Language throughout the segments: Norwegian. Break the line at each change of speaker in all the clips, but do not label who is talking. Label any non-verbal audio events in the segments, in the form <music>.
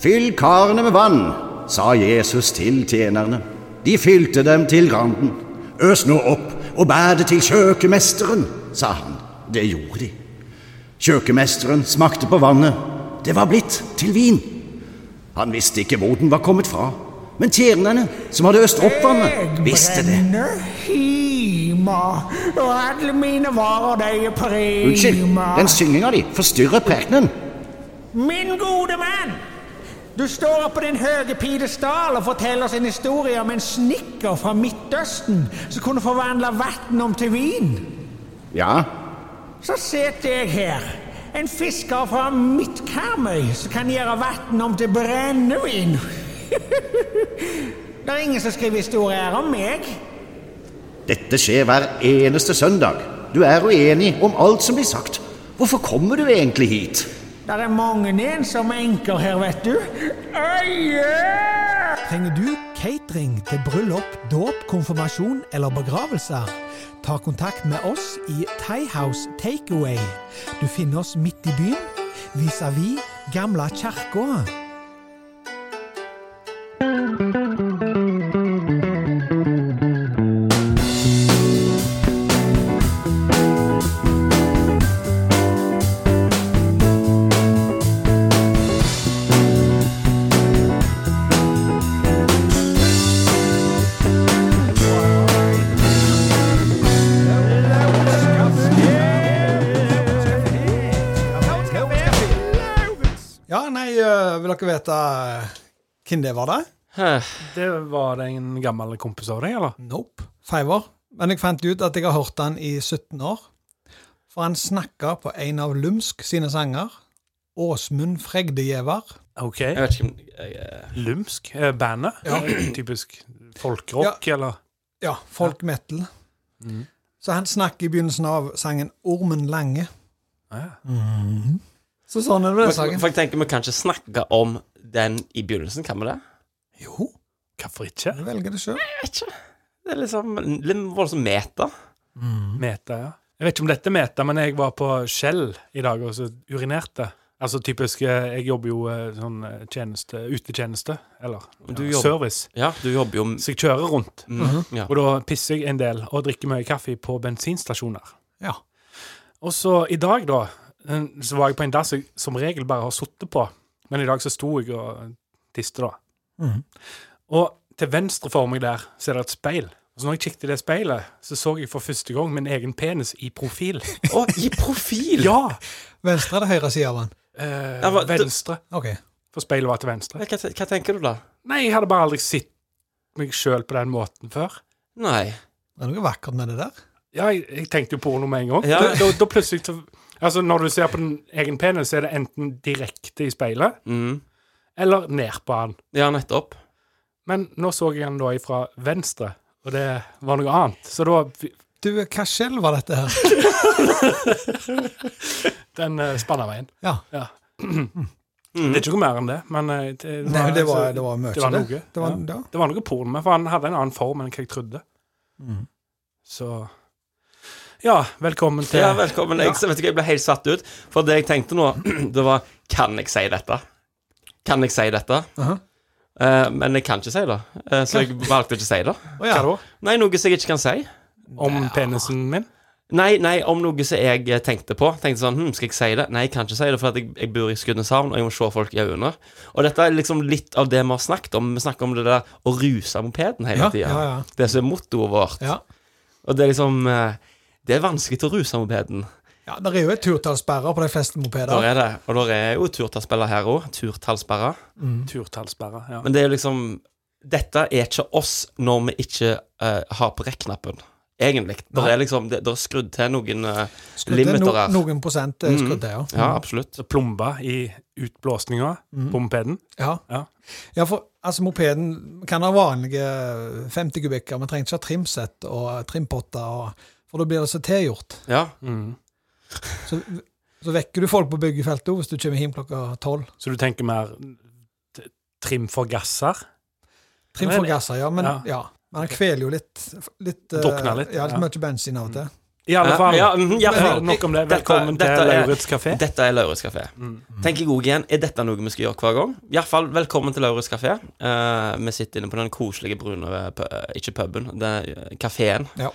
Fyll karene med vann, sa Jesus til tjenerne. De fylte dem til randen. Øs nå opp og bær det til kjøkkenmesteren, sa han. Det gjorde de. Kjøkkenmesteren smakte på vannet. Det var blitt til vin. Han visste ikke hvor den var kommet fra, men tjenerne som hadde øst opp vannet, visste det.
Himer, og alle mine varer de er primer.
Unnskyld, den synginga di forstyrrer prekenen.
Min gode mann! Du står på din høye pidestall og forteller oss en historie om en snekker fra Midtøsten som kunne forvandle vann om til vin.
Ja,
Så sitter jeg her, en fisker fra Midt-Karmøy som kan gjøre vann om til brennevin. <laughs> det er ingen som skriver historier om meg.
dette skjer hver eneste søndag. Du er uenig om alt som blir sagt. Hvorfor kommer du egentlig hit?
Det er mange ensomme enker her, vet du. Øye!
Trenger du catering til bryllup, dåp, konfirmasjon eller begravelser? Ta kontakt med oss i Thaihouse Takeaway. Du finner oss midt i byen, vis-à-vis Gamla kirka. Ja, nei, øh, vil dere vite eh, hvem det var, da?
Det var det en gammel kompis av deg, eller?
Mm.
Nope. Fiver. Men jeg fant ut at jeg har hørt han i 17 år. For han snakka på en av Lumsk sine sanger. Åsmund Fregdegjevar.
Ok.
Jeg vet ikke om jeg, eh,
Lumsk? eh, Bandet? <clears throat> Typisk folkerock, eller?
Ja, Mm. folk metal. Så han snakker i begynnelsen av sangen Ormen Lange.
Ja.
Så sånn er det med den
for,
sangen.
for jeg tenker Vi kan ikke snakke om den i begynnelsen, kan vi det?
Jo,
Hvorfor ikke?
du velger det sjøl.
Jeg vet ikke. Det er liksom litt voldsomt meta. Mm.
Meta, ja. Jeg vet ikke om dette er meta, men jeg var på Shell i dag og så urinerte. Altså typisk eh, Jeg jobber jo eh, sånn eh, tjeneste, utetjeneste, eller
Du
ja,
jobber-
service.
Ja, du jobber jo m-
Så jeg kjører rundt.
mm, ja.
Og da pisser jeg en del og drikker mye kaffe på bensinstasjoner.
Ja.
Og så i dag, da, en- så var jeg på en dass jeg som regel bare har sittet på. Men i dag så sto jeg og tiste, da.
Mhm.
Og til venstre for meg der så er det et speil. Og så når jeg kikket i det speilet, så så jeg for første gang min egen penis i
<laughs>
profil.
Å, i profil!
Ja!
Venstre eller høyre side av han?
Eh,
Ja, hva-
venstre.
OK.
For speilet var til venstre.
Hva, te- hva tenker du da?
Nei, jeg hadde bare aldri sett meg sjøl på den måten før.
Nei.
Det er noe vakkert med det der.
Ja, jeg, jeg tenkte jo porno med en gang.
Ja.
Da, da, da plutselig så, Altså, når du ser på den egen penis, så er det enten direkte i speilet,
Mm.
eller ned på han.
Ja, nettopp.
Men nå så jeg han da ifra venstre, og det var noe annet. Så da
Du, hva skjell var dette her? <laughs>
Den uh, spanna veien.
Ja.
Ja.
Mm.
Det er ikke noe mer enn det, men eh, det, var,
Nei, det var,
altså,
det var mye,
det var
det.
noe.
Det var,
Ja.
ja.
det var noe porno med, for han hadde en annen form enn hva jeg trodde.
Mm.
Så Ja, velkommen til
Ja, velkommen. Jeg, vet ikke, jeg ble helt satt ut. For det jeg tenkte nå, <clears throat> det var Kan jeg si dette? Kan jeg si dette?
Aha.
Eh, men jeg kan ikke si det, Eh, så jeg valgte ikke å si det.
Å, ja.
Hva da?
Nei, noe som jeg ikke kan si.
Om penisen min?
Nei, nei, om noe som jeg eh, tenkte på. Tenkte sånn, hm, Skal jeg si det? Nei, jeg kan ikke si det, for at jeg, jeg bor i Skudeneshavn, og jeg må se folk i øynene. Og dette er liksom litt av det vi har snakket om. Vi snakker om det der å ruse mopeden hele
Ja,
tida.
ja, ja.
Det som er mottoet vårt.
Ja.
Og det er liksom eh, Det er vanskelig å ruse mopeden.
ja. Det er jo et turtallsperre på de fleste
Der
mopeder.
er det. Og der er jo turtallsspiller her òg. Turtallsperra.
Mm.
Turtallsperre. Ja.
Men det er liksom Dette er ikke oss når vi ikke eh, har på rekk-knappen. Egentlig. Det
Nei.
er liksom Det det er skrudd til noen eh,
Skrudd til
limiter
no,
her. Mm.
noen prosent er skrudd til, ja.
Ja, absolutt.
Så plomba i utblåsninga
Mm.
på mopeden.
Ja.
Ja.
ja, for altså, mopeden kan ha vanlige 50 kubikker, men trenger ikke ha trimsett og trimpotter, og, for da blir det så tilgjort.
Ja.
Så, så vekker du folk på byggefeltet også hvis du kommer hjem klokka tolv.
Så du tenker mer t- trim for gasser?
Trim
Men-
for gasser, ja, men
Ja.
ja. Men han kveler jo litt. litt eh,
Drukner litt,
Ja, litt
ja.
mye bensin av og til.
I alle fall.
Ja, mhm, i alle fall.
Eh, Nok om det.
Dette-
Velkommen
dette
til
er-
Lauritz kafé.
Dette er Lauritz kafé.
Mm.
Tenker jeg òg igjen, er dette noe vi skal gjøre hver gang? Iallfall velkommen til Lauritz kafé. Eh, vi sitter inne på den koselige brune eh, pu- Ikke puben, kafeen.
Ja.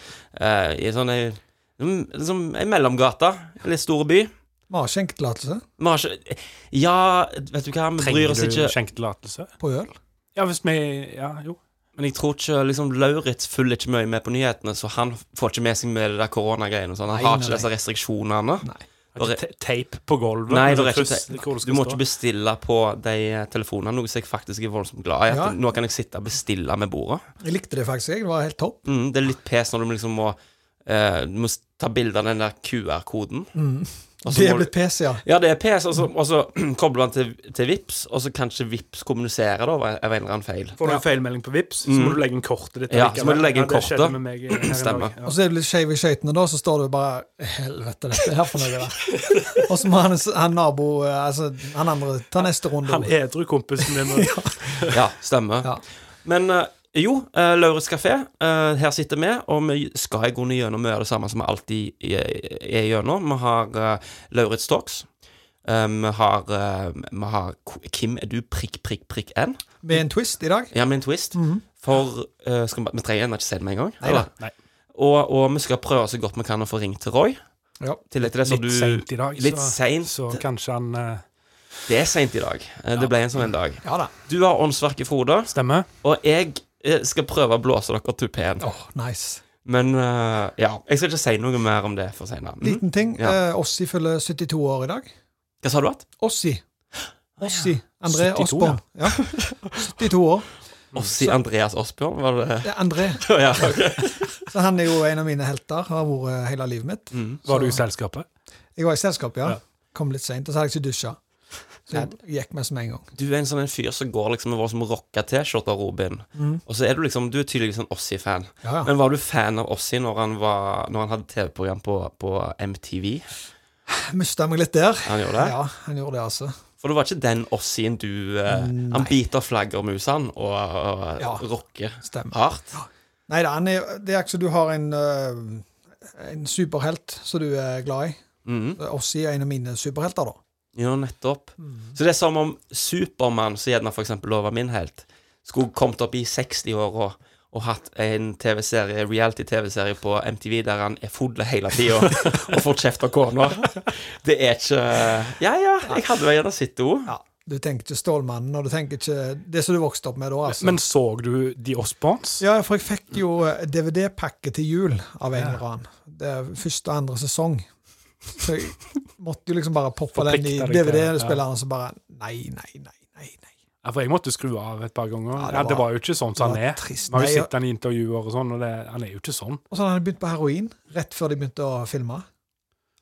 I sånn ei liksom ei mellomgate. En litt stor by.
Mm.
Vi har skjenketillatelse
Vi har ikke Ja, vet du hva, vi bryr
Trenger
oss
du
ikke
skjenketillatelse?
på øl.
Ja, hvis vi Ja, jo.
Men jeg tror ikke liksom Lauritz følger ikke mye med på nyhetene, så han får ikke med seg med det der koronagreiene og sånn. Han
Nei,
har
nei,
ikke disse restriksjonene.
Har ikke te- Teip på gulvet. men
Nei, det er ikke
først
te-
hvor det
Du
skal
må
stå.
ikke bestille på de telefonene, noe som jeg faktisk er voldsomt glad i. At
Ja.
Nå kan jeg sitte og bestille med bordet.
Jeg likte det faktisk, jeg. Det var helt topp.
Mm, det er litt pes når du liksom må, eh, du må s- ta bilde av den der QR-koden. Og så
Det er
må du-
blitt PC, ja.
Ja, det er pes, og så, og så <clears throat> kobler han til, til Vips, og så kan ikke Vips kommunisere da, av en eller annen feil.
Får du en feilmelding på Vips, så må du legge inn kortet ditt.
Mm. Ja, så må
likevel.
du legge inn
det
kortet.
skjedde med meg
<clears throat>
her i dag.
Stemmer.
Ja.
Og så er du litt skeiv i skøytene, da, så står du bare Helvete, dette er for noe, da. <laughs> Og så må han, han nabo eh, Altså, han andre ta neste runde.
Han edru kompisen din. og-
<laughs> Ja, stemmer.
Ja.
Men eh, jo, uh, Lauritz kafé, eh, her sitter vi, og vi skal i grunnen gjennom mye av det samme som vi alltid eh, er gjennom. Vi har uh, Lauritz Talks. Eh, vi har, eh, vi har Kim, er du prikk, prikk, prikk N?
Med en twist i dag.
Ja, med en twist. For eh, skal vi, vi trenger ennå ikke si det med en gang. eller?
Mhm. Nei.
Og, og vi skal prøve så godt vi kan å få ringt til Roy.
Ja.
I tillegg til det, så
Litt
du,
seint i dag,
Litt
så,
sent.
så kanskje han eh,
Det er seint i dag. Eh, Det ble en sånn en dag.
Ja da.
Du har åndsverket, Frode,
stemmer.
og jeg eh, skal prøve å blåse dere tupeen.
Åh, nice.
Men eh, ja, jeg skal ikke si noe mer om det for senere. Mm.
Liten ting.
Ja.
Eh, Ossi fyller 72 år i dag.
Hva sa du at?
Ossi. Ossi. André
72,
Osborn. Ja. 72 år.
Ossi Andreas Osbjørn, var det
Det er André.
<laughs> ja, ok.
Så han er jo en av mine helter. Har vært eh, hele livet mitt.
Var du i selskapet?
Jeg var i selskap, Mm. ja.
Ja.
Kom litt seint, og så hadde jeg ikke dusja. Så jeg gikk med som en gang.
Du er en sånn en fyr som går liksom med vår som rocka T-skjorte av Robin. Og så er du liksom Du er tydeligvis en Ossi-fan.
Mm. Ja, ja.
Men var du fan av Ossi når han, var, når han hadde TV-program på, på MTV?
Mista meg litt der.
Han gjorde det?
Ja, han gjorde det, altså.
For det var ikke den Ossien du eh, Han biter flaggermusene og, og
Mm, Ja.
rocker
Stemmer.
hardt.
Nei da, han er, det er ikke så du har en, øh, en superhelt som du er glad i.
Mhm.
Ossi er en av mine superhelter, da.
Ja, nettopp.
Mm.
Så det er som om Supermann, som gjerne for eksempel da var min helt, skulle kommet opp i 60-åra og hatt en TV-serie, reality-TV-serie på MTV der han er full hele tida og får kjeft av kona. Det er ikke Ja, ja, jeg hadde vel gjerne sett henne.
Ja. Du tenker ikke Stålmannen, og du tenker ikke det som du vokste opp med da. altså.
Men så du The Osborns?
ja, for jeg fikk jo eh, DVD-pakke til jul av en eller annen. Det er første og andre sesong. Så jeg måtte jo liksom bare poppe den i
Forplikta deg til-
DVD-spilleren, og så bare Nei, nei, nei, nei. nei.
Ja, for jeg måtte skru av et par ganger. Ja,
det
det, var,
var-
jo ikke sånn som
det
han
var
er.
trist.
Man har
Nei,
jo sett han i intervjuer og sånn, og det, han er jo ikke sånn.
Og så hadde han begynt på heroin rett før de begynte å filme.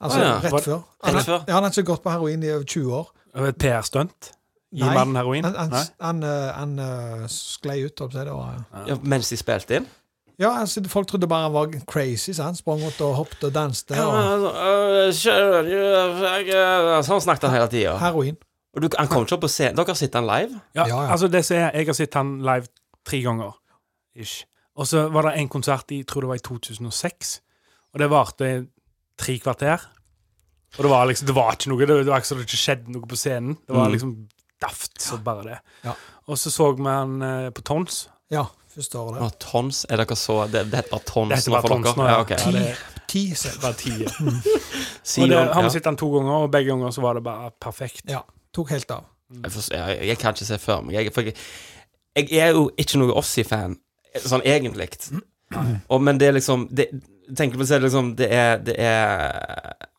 Altså,
Å ja,
rett
var-
før.
rett
Han,
før?
ja, han hadde ikke gått på heroin i over 20 år.
Og Et PR-stunt. Eh, Gi
Nei.
mannen heroin.
Han, han,
Nei?
han, eh, han eh, sklei ut, holdt jeg på å si. det var-
Ja, mens de spilte inn.
Ja, altså, folk trodde bare han var crazy, så han sprang rundt og hoppet og danste. Og
altså, øh, Sånn snakket han hele tida.
heroin.
Og du, han kom ikke opp på scenen. Dere har sett han live?
Ja,
Ja,
ja.
altså det som er, Jeg har sett han live tre ganger. Ish. Og så var det en konsert i jeg tror det var i 2006, og det varte i tre kvarter. Og det var liksom, det var ikke noe, det var ikke så det ikke skjedde noe på scenen. Det var
Mm.
liksom daft, så bare det.
Ja.
Og så så vi han eh, på Tons.
Ja, første året
Å,
der.
tons? Er dere så Det, det heter bare tons
Det heter
nå
bare
for
tons
dere?
nå,
ja.
ja.
ok.
Ja, det
Ti, selv.
var tide.
Si
Og det,
noe om-
har
ja.
vi sett han to ganger, og begge ganger så var det bare perfekt.
Ja, tok helt av.
Jeg, forstår- jeg, jeg kan ikke se for meg. Jeg, for jeg, jeg er jo ikke noe Ossi-fan, sånn egentlig. Og, men det er liksom det, Tenker på å si det liksom Det er, det er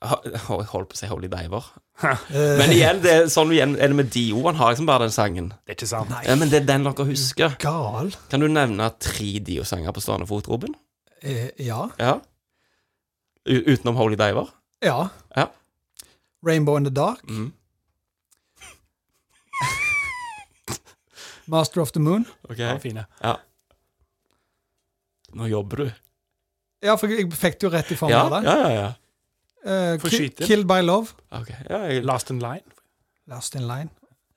ho- Jeg holdt på å si Holy Diver.
Eh,
Men igjen, det er sånn igjen er det med Dio. Han har liksom bare den sangen.
Det er ikke sant.
Ja, men det er den dere husker.
Gal.
Kan du nevne tre Dio-sanger på stående fot, Robin?
Eh, ja.
Ja. U utenom Holy Diver?
Ja.
Ja.
Rainbow in the Dark.
Mhm.
Mm.
<laughs> Master of the Moon.
Ok.
Han var fine.
Nå jobber du.
Ja, for jeg fikk det jo rett i form
Ja,
av det.
ja, ja. ja.
Eh,
Får
Ki-
skyte inn.
Killed by Love.
Ok, ja, jeg,
Last in Line.
Last in line.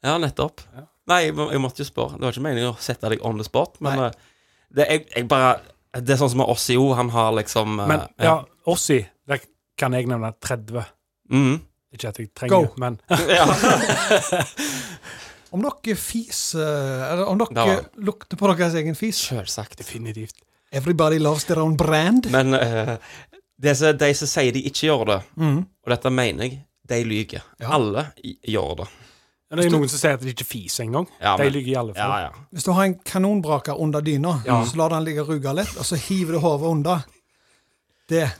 ja nettopp.
Ja.
Nei, jeg, må- jeg måtte jo spørre. Det var ikke meningen å sette deg on the spot, men
Nei.
eh, det, jeg, jeg bare Det er sånn som med Ossio. Han har liksom eh,
Men ja, Ossi, Der kan jeg nevne 30.
Mhm.
Ikke at jeg trenger,
Go.
men <laughs>
Ja.
Om dere fiser Eller om
Da
dere
var det.
lukter på deres egen fis
Selvsagt.
definitivt.
Everybody loves their own brand.
Men eh, det som- de som sier de ikke gjør det,
Mm.
og dette mener jeg, de lyver. Alle i- gjør det.
Men Det er jo noen som sier at de ikke fiser engang.
Ja,
De
men-
lyver i alle fall.
ja.
Hvis du har en kanonbraker under dyna, så lar du den ligge og ruge litt, og så hiver du hodet under. Det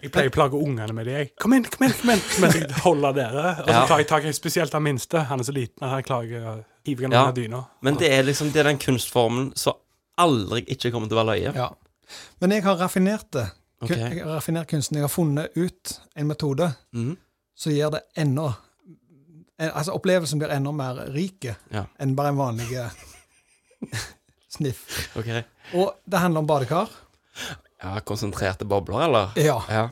Jeg pleier å plage ungene med det. jeg. Kom inn, kom inn, kom inn! Mens jeg holder dere. Og så
Ja.
tar jeg tak i spesielt den minste. Han er så liten, han klager og hiver han
Ja.
under dyna.
Men det er liksom det er den kunstformen som aldri ikke kommer til å være løye.
Ja. Men jeg har raffinert det. Kun-
Ok.
Jeg har raffinert kunsten. Jeg har funnet ut en metode
Mhm.
som gjør det enda eh, Altså, opplevelsen blir enda mer rike
Ja.
enn bare en vanlig eh, <laughs> sniff.
Ok.
Og det handler om badekar.
Ja, konsentrerte bobler, eller?
Ja.
Ja.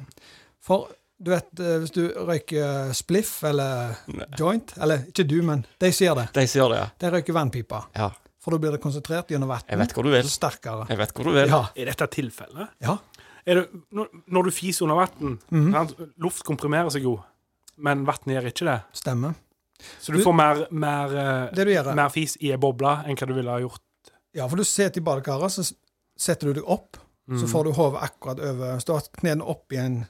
For du vet, eh, hvis du røyker spliff eller joint Eller ikke du, men de som gjør det.
De som gjør det, ja.
De røyker vannpipa.
ja.
For da blir det konsentrert gjennom vann.
Jeg vet hvor du vil.
Sterkere.
Jeg vet hvor du vil.
Ja.
Er dette tilfellet?
ja.
Er det, når, når du fiser under vann
Mhm.
Luft komprimerer seg jo, men vannet gjør ikke det.
Stemmer.
Så du
Du-
får mer, mer, eh,
Det du gjør, er-
mer fis i ei boble enn hva du ville ha gjort.
Ja, for du sitter i badekaret, så s- setter du deg opp, så
Mm.
får du hodet akkurat over Hvis du har knærne opp i en,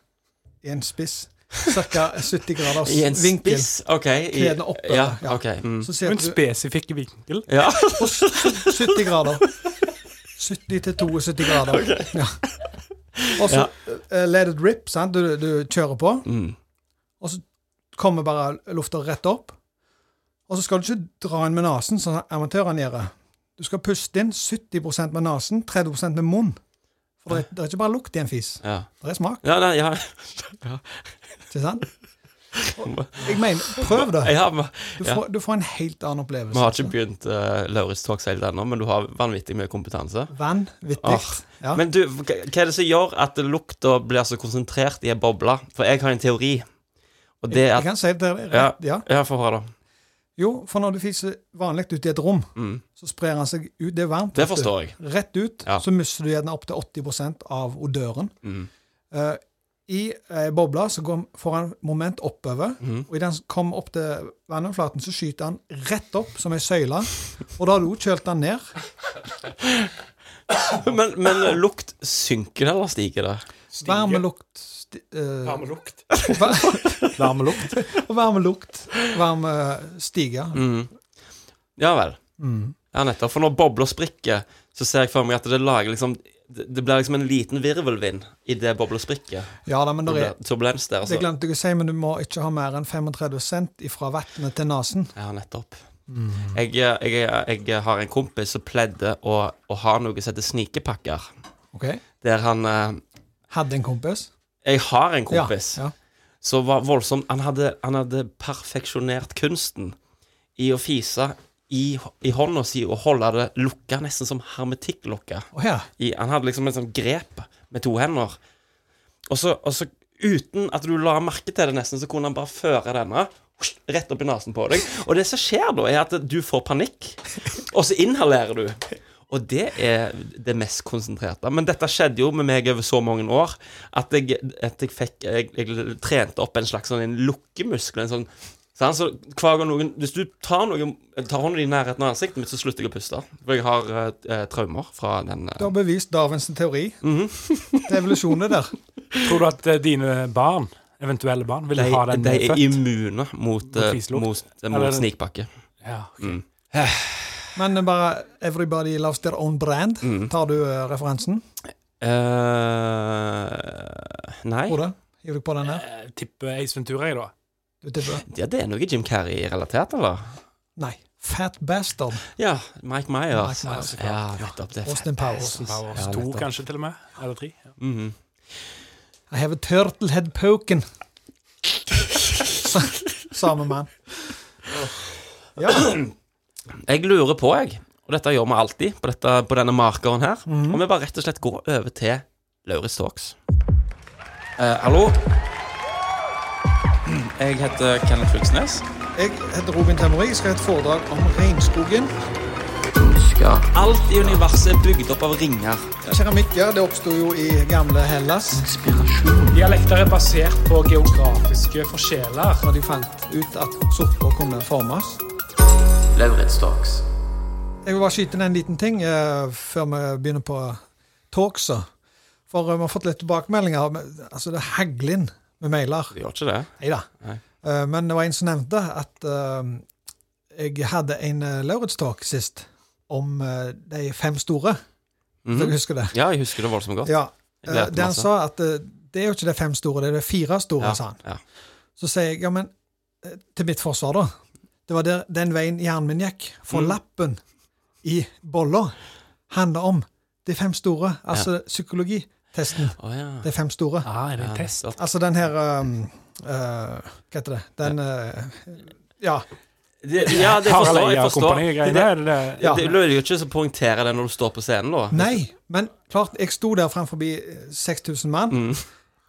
i en spiss, ca. 70 graders
I en
vinkel,
spiss. OK. i-
Knedene oppover,
Ja,
ja.
ok. Mm.
så setter
En
du
spesifikk vinkel.
Ja. <laughs>
70 grader. 70 til 72 grader. Ja. Og så eh, let it rip, sant? Du, du kjører på,
Mm.
og så kommer bare lufta rett opp. Og så skal du ikke dra inn med nesen, som amatørene gjør. Du skal puste inn 70 med nesen, 30 med munn. For det er, det er ikke bare lukt i en fis.
Ja.
Det er smak,
Ja, nei, ja.
ikke sant? Og Jeg mener, prøv det.
ja, men-
Du
ja.
får, du får en helt annen
Vi har
opplevelse.
ikke begynt uh, Lauritz Talksale ennå, men du har vanvittig mye kompetanse.
Vanvittig.
Åh.
Ja.
Ah. Men du, hva hva er det som gjør at lukta blir så konsentrert i ei boble? For jeg har en teori, og det
Jeg
er at
kan si det er rett. Ja.
Ja, få høre, da. <laughs>
Jo, for når du fiser vanlig ut i et rom, så sprer han seg ut. Det er varmt.
Mm.
vet
Det
du.
forstår jeg.
Rett ut,
Ja. Mm.
så mister du gjerne opptil 80 av odøren. Eh, I ei boble så går, får han moment oppover,
Mm.
og idet han kommer opp til vannoverflaten, så skyter han rett opp som ei søyle, og da har du også kjølt han ned.
Men, men lukt synker det, eller stiger det?
Varmelukt sti- eh, <laughs>
Varmelukt.
va-
Varmelukt.
Varmelukt. Varme eh, stige.
Mm. Ja vel.
Mm.
Ja, nettopp. For når bobler sprikker, så ser jeg for meg at det lager liksom Det det blir liksom en liten virvelvind i det bobla sprikker.
Ja da, men
Det
der er
blir Turbulens der,
det
altså.
glemte jeg å si, men du må ikke ha mer enn 35 cent fra vannet til nesen.
Ja, nettopp.
Mm.
Jeg, eh, jeg, jeg har en kompis som pleide å, å ha noe som heter snikepakker.
Ok?
Der han eh,
Hadde en kompis.
Jeg har en kompis
Ja, ja.
som var voldsom. Han hadde, han hadde perfeksjonert kunsten i å fise i, i hånda si og holde det lukka, nesten som hermetikklukka.
Å ja.
I, han hadde liksom et sånt grep med to hender. Og så, og så uten at du la merke til det nesten, så kunne han bare føre denne rett opp i nesen på deg. Og det som skjer da, er at du får panikk, og så inhalerer du. Og det er det mest konsentrerte. Men dette skjedde jo med meg over så mange år at jeg, at jeg fikk jeg, jeg trente opp en slags sånn en lukkemuskel. En sånn, sant? så hver gang noen Hvis du tar, noen, tar hånden din i nærheten av ansiktet mitt, så slutter jeg å puste. For jeg har eh, traumer fra den eh,
Du har bevist Darwins teori. Det er evolusjonen det der.
Tror du at eh, dine barn, eventuelle barn, vil ha
De,
den når
de er
født?
immune mot, eh,
fislukt?
mot, eh,
Eller-
mot snikpakke.
Ja, ok.
Men det er bare 'everybody loves their own brand'. Tar du eh, referansen?
eh nei.
Frode? Hiver du på den her?
Jeg Eh, tipper Ace Ventura, jeg, da.
Du tipper?
Ja, det er noe Jim Carrey-relatert, eller?
Nei. Fat Bastard.
Ja. Mike Myers.
Mike Myers, så klart.
ja, nettopp. Det er
Austin Powers.
Austin Powers.
Ja,
to,
nettopp.
kanskje, til og med. Eller tre. Ja.
Mhm.
I have a turtle head poken. <laughs> Samme mann. Ja.
Jeg lurer på, jeg, og dette gjør vi alltid på, dette, på denne markeren her, om vi bare rett og slett går over til Lauritz Talks. Eh, hallo? Jeg heter Kenneth Fylkesnes.
Jeg heter Robin Temori. Skal ha et foredrag om regnskogen.
keramikker. Alt i universet er bygd opp av ringer.
Keramikker det oppsto jo i gamle Hellas,
Inspirasjon.
Dialekter er basert på geografiske forskjeller.
når de fant ut at sopper kunne formes.
Lauritz Talks.
Jeg vil bare skyte inn en liten ting eh, før vi begynner på talksa. For eh, vi har fått litt tilbakemeldinger. men, Altså, det er hagler inn med mailer.
Det gjør ikke det.
Neida.
Nei.
Eh, Men det var en som nevnte at eh, jeg hadde en eh, Lauritz-talk sist om eh, de fem store.
Mhm.
Så jeg husker det.
Ja, jeg husker det voldsomt godt.
Ja,
Jeg
eh,
lærte
Den
masse.
sa at eh, det er jo ikke de fem store, det er de fire store,
Ja,
sa han.
ja.
Så sier jeg, ja, men eh, til mitt forsvar, da. Det var der, den veien hjernen min gikk.
Mm.
For lappen i bolla handler om de fem store. Altså psykologitesten.
Å ja.
De fem store.
Ah, er det
Ja,
en test?
at-
Altså den her um, eh, Hva heter det? Den eh, Ja.
Det, ja, det
Harald
forstår jeg.
Eia og
forstår.
kompani
Det,
greiene, er det det?
ja.
det lønner jo ikke å poengtere det når du står på scenen, da.
Nei, men klart, jeg sto der fremfor 6000 mann.
Mm.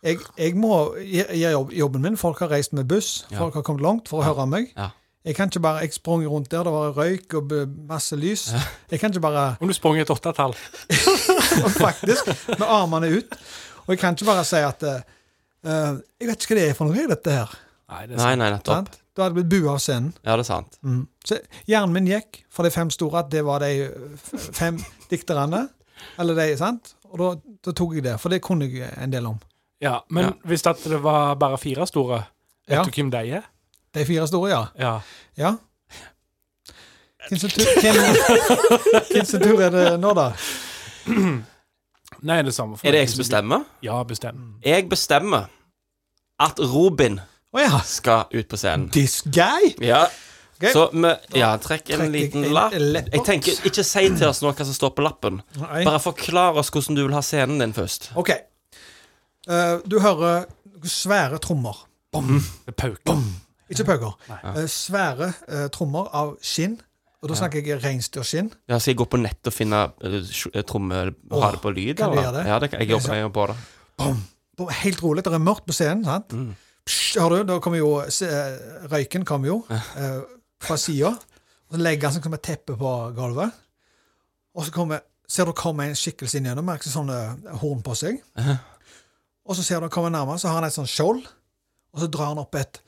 Jeg, jeg må gjøre jobb, jobben min. Folk har reist med buss.
Ja.
Folk har kommet langt for å høre meg.
Ja.
Jeg kan ikke bare, jeg sprang rundt der, det var røyk og b- masse lys. Jeg kan ikke bare <laughs>
Om du sprang et åttetall.
faktisk, med armene ut. Og jeg kan ikke bare si at eh, eh, Jeg vet ikke hva det er for noe, dette her.
Nei, det er
Nei,
sant.
nei, nettopp.
Sant? Mm. Da hadde jeg blitt bua av scenen.
Ja, det er sant.
Så hjernen min gikk for de fem store at det var de f- fem dikterne. Eller de, sant? Og da, da tok jeg det, for det kunne jeg en del om.
Ja, men
Ja.
hvis at det var bare fire store, vet
Ja.
du hvem de er?
De fire store, ja.
Ja.
ja. Hvem sin tur, hvem, hvem sin tur er det nå, da?
Nei, det er det samme. for
Er det
meg.
jeg som bestemmer?
Ja, bestem.
Jeg bestemmer at Robin
Å ja.
skal ut på scenen.
This guy!
Ja.
Ok.
Så vi ja, trekk en
Trekker
liten
jeg
lapp.
en lapp.
Jeg tenker, Ikke si til oss nå hva som står på lappen.
Nei.
Bare forklar oss hvordan du vil ha scenen din først.
OK. Eh, du hører svære trommer.
Det er pauker.
Ikke pøker. Eh, svære eh, trommer av skinn. Og da snakker jeg reinsdyrskinn.
Ja, skal jeg gå på nett og finne eh, sj- eh, tromme og ha
Åh,
det på lyd?
kan du
eller?
gjøre det?
Ja, det, kan- jeg jobber jeg jobber på det.
på- helt rolig. Det er mørkt på scenen. sant? Psh, har du, da kommer jo se, eh, Røyken kommer jo eh, fra sida. Og så legger han seg som et teppe på gulvet. Og så kommer, ser du kommer en skikkelse inn gjennom, merker sånne eh, horn på seg. Og så ser du han kommer nærmere, så har han et sånt skjold. Og så drar han opp et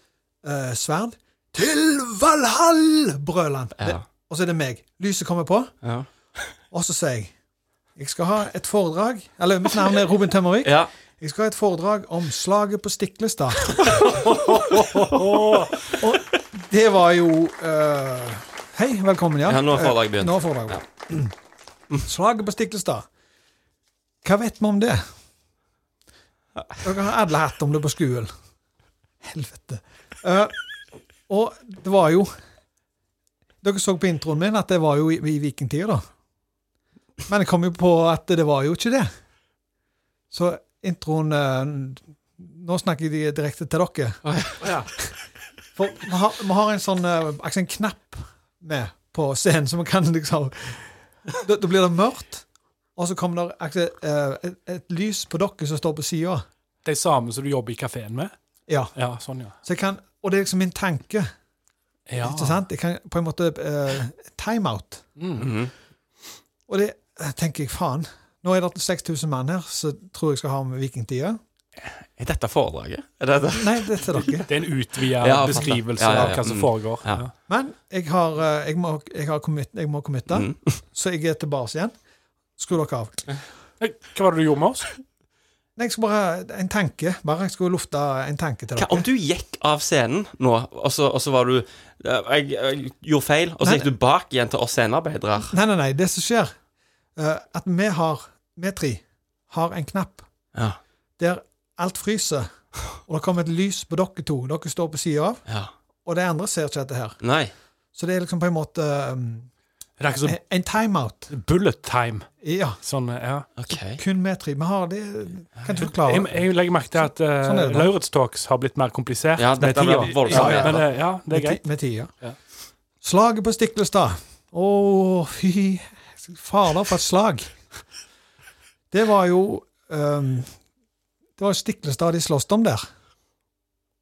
eh, sverd. Til Valhall! brøler han.
Ja.
Det, og så er det meg. Lyset kommer på,
Ja.
og så sier jeg Jeg skal ha et foredrag. Eller mitt navn er Robin Tømmervik.
ja.
Jeg skal ha et foredrag om slaget på Stiklestad.
<laughs>
og det var jo eh, Hei, velkommen, ja.
Ja, nå har foredraget begynt.
Eh, Nå har foredraget begynt. Slaget på Stiklestad. Hva vet vi om det? Dere har alle hatt om det på skolen. Helvete. Eh, og det var jo Dere så på introen min at det var jo i, i vikingtida, da. Men jeg kom jo på at det var jo ikke det. Så introen eh, Nå snakker jeg direkte til dere. For vi har, vi har en sånn eh, altså en knapp med på scenen, så vi kan <laughs> liksom Da, da blir det mørkt, og så kommer det altså, eh, et, et lys på dere som står på sida.
De samme som du jobber i kafeen med?
Ja.
Ja, sånn, ja.
Så jeg kan, og det er liksom min tanke.
ja.
Ikke sant? Jeg kan på en måte eh, time out.
Mhm.
Og det eh, tenker jeg, faen. Nå er det 6000 mann her, så tror jeg skal ha med vikingtida.
Er dette foredraget? Er dette?
Nei, det er til dere.
Det er en utvida
Ja, fant det.
beskrivelse
Ja, ja, ja.
av hva som
Mm.
foregår.
Ja.
Ja.
Men jeg, har, eh, jeg, må, jeg, har commit, jeg må committe,
Mm. <laughs>
så jeg er tilbake igjen. Skru dere av.
Nei, Hva var det du gjorde med oss?
Nei, jeg skal bare En tanke. Bare jeg skulle lufte en tanke til
Hva,
dere.
om du gikk av scenen nå, og så, og så var du eh, jeg, jeg gjorde feil, og så
Nei,
gikk du bak igjen til oss scenearbeidere.
Nei, nei, nei. Det som skjer, eh, at vi har, vi tre, har en knapp
Ja.
der alt fryser, og det kommer et lys på dere to. Dere står på sida av,
ja.
og de andre ser ikke dette her.
Nei.
Så det er liksom på en måte um,
Det er ikke
en- en timeout.
sånn bullet time.
Ja.
Sånn, ja.
OK.
Kun vi tre. Vi har det Kan ikke forklare.
Jeg, jeg legger merke til at uh,
Sånn er det da.
Lauritz Talks har blitt mer komplisert
Ja,
med
dette ble
tida.
voldsomt
Ja,
bedre.
men, eh, ja, det er
Med ti-
greit.
Med tida.
Ja.
Slaget på Stiklestad. Å, fy fader, for et slag. Det var jo ehm, Det var jo Stiklestad de sloss om der.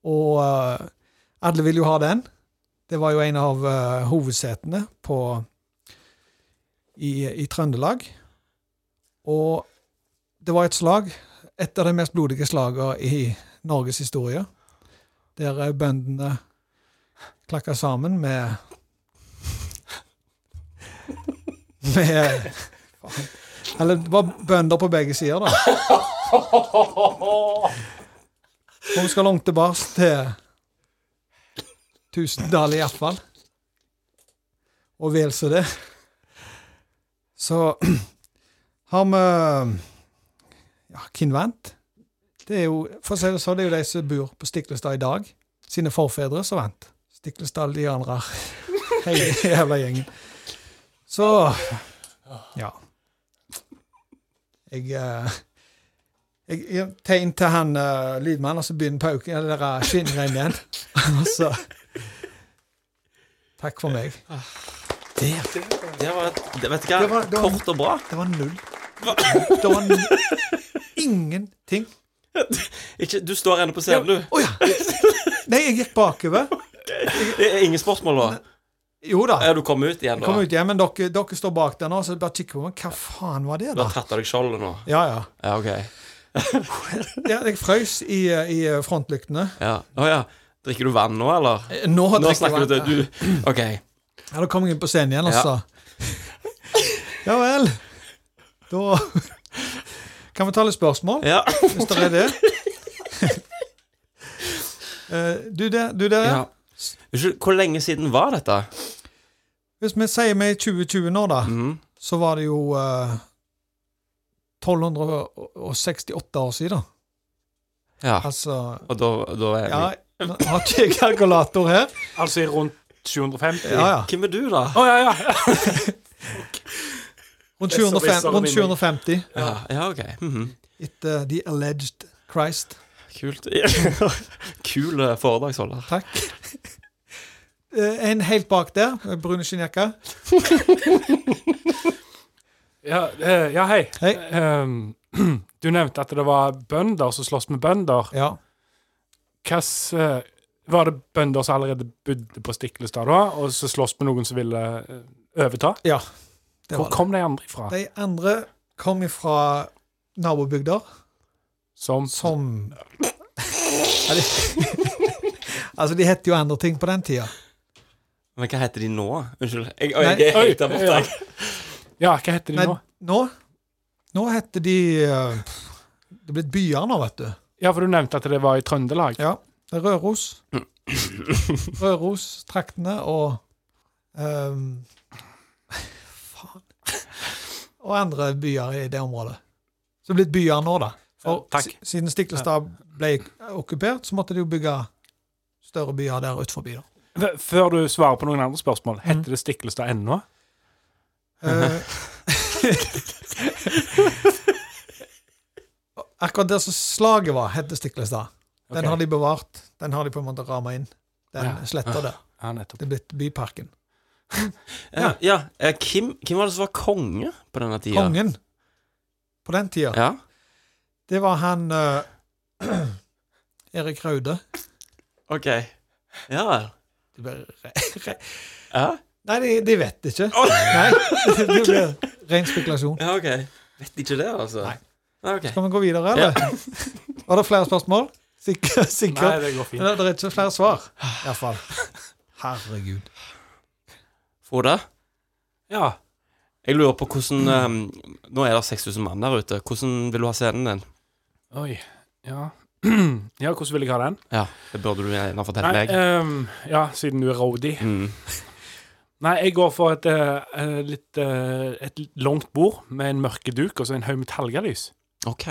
Og eh, alle ville jo øh, ha den. Det var jo en av eh, hovedsetene på i, i Trøndelag. Og det var et slag, et av de mest blodige slagene i Norges historie, der eh, bøndene klakka sammen med Med faen. Eller det var bønder på begge sider, da. Og vi skal langt tilbake til Tusendal, iallfall. Og vel så det. Så har vi ja, Hvem vant? Det er jo, for å si det sånn, det er jo de som bor på Stiklestad i dag, sine forfedre som vant. <laughs> Stiklestadianere. Hele jævla gjengen. Så Ja. Jeg eh, jeg, jeg tegn til han eh, lydmannen, og så begynner pauken, eller det der skinnregnet igjen. <laughs> og så Takk for meg.
Det var, det, vet du hva,
Det var- det var-
kort og bra.
Det var null. Det var null. Ingenting.
Ikke, du står ennå på
Å
scenen, du.
ja! Nei, jeg gikk bakover.
Det er ingen spørsmål nå.
Jo da.
Ja, du kom ut igjen,
Jeg
da.
kom ut igjen, men dere, dere står bak der nå, så bare kikker på meg. Hva faen var det,
Du
da?
har tatt av deg skjoldet nå.
Ja, ja.
Ja, OK.
Ja, Jeg frøs i, i frontlyktene.
Ja. Å ja. Drikker du vann nå, eller?
Nå,
Nå
drikker
snakker du
jeg vann.
til du, OK.
Ja, da kom jeg inn på scenen igjen, og
Ja.
sa Ja vel. Da Kan vi ta litt spørsmål,
Ja.
hvis det er det?
<laughs>
Eh, du der, du der.
ja. Unnskyld, hvor lenge siden var dette?
Hvis vi sier vi er i 2020 nå, da,
Mhm.
så var det jo eh, 1268 år siden.
Ja.
Altså
Og da, da er vi
Ja, nå har ikke jeg kalkulator her.
Altså i rundt 750.
Ja, ja.
Hvem er du, da?
Å ja, ja.
Rundt
Det er så- det
750,
er så
rundt
min-
750
Ja, ja OK. Mhm.
etter eh, The Alleged Christ.
Kult. <laughs> Kul eh, foredragsholder.
Takk. <laughs> Eh, En helt bak der, med brune skinnjakke.
Ja, eh, ja hei.
Hei.
Ehm, <clears throat> du nevnte at det var bønder som slåss med bønder.
Ja.
Hvilke eh, Var det bønder som allerede bodde på Stiklestad da, og så slåss med noen som ville eh, overta?
ja det
Hvor
var det.
kom de andre ifra?
De andre kom ifra nabobygder
Som
som Ja, de... <laughs> Altså, de het jo andre ting på den tida.
Men hva heter de nå? Unnskyld. Jeg,
Nei.
jeg er
Oi,
helt der borte.
ja.
jeg.
Ja, hva heter de
Nei,
nå?
nå Nå heter de eh, Det er blitt byer nå, vet du.
Ja, for du nevnte at det var i Trøndelag.
Ja. Det er Røros.
<clears throat>
Røros, traktene og ehm, Faen. Og andre byer i det området. Så det er blitt byer nå, da. For
Ja, takk.
si- siden Stiklestad ble okkupert, så måtte de jo bygge større byer der utenfor. Da.
V- Før du svarer på noen andre spørsmål, heter
Mhm.
det Stiklestad ennå?
Eh, <laughs> akkurat der som slaget var, het det Stiklestad. Den
Ok.
har de bevart. Den har de på en måte rama inn. Den
Ja.
sletta der.
Ja, nettopp.
Det er blitt Byparken.
<laughs> Ja, ja. eh, Hvem, hvem var det som var konge på denne tida?
Kongen på den tida,
Ja.
det var han eh, <clears throat> Erik Raude.
OK. Ja vel.
Det ble re- re-
Ja.
Nei, de, de vet ikke. Nei, det blir ren spekulasjon.
ja, OK. Vet ikke det, altså.
Nei.
Nei, ok.
Skal vi gå videre, eller? <laughs> Var det flere spørsmål? Sikkert.
Nei,
sikkert.
det går fint.
Men det er ikke flere svar, iallfall. Herregud.
Frode,
Ja.
jeg lurer på hvordan eh, Nå er det 6000 mann der ute. Hvordan vil du ha scenen din?
Oi. Ja. <clears throat> ja, hvordan vil jeg ha den?
Ja, eh. det burde du gjerne fortelle meg.
ehm, ja, siden du er roadie.
Mm.
Nei, jeg går for et, eh, eh, litt, eh, et litt langt bord med en mørke duk og så en haug med talgelys.
OK.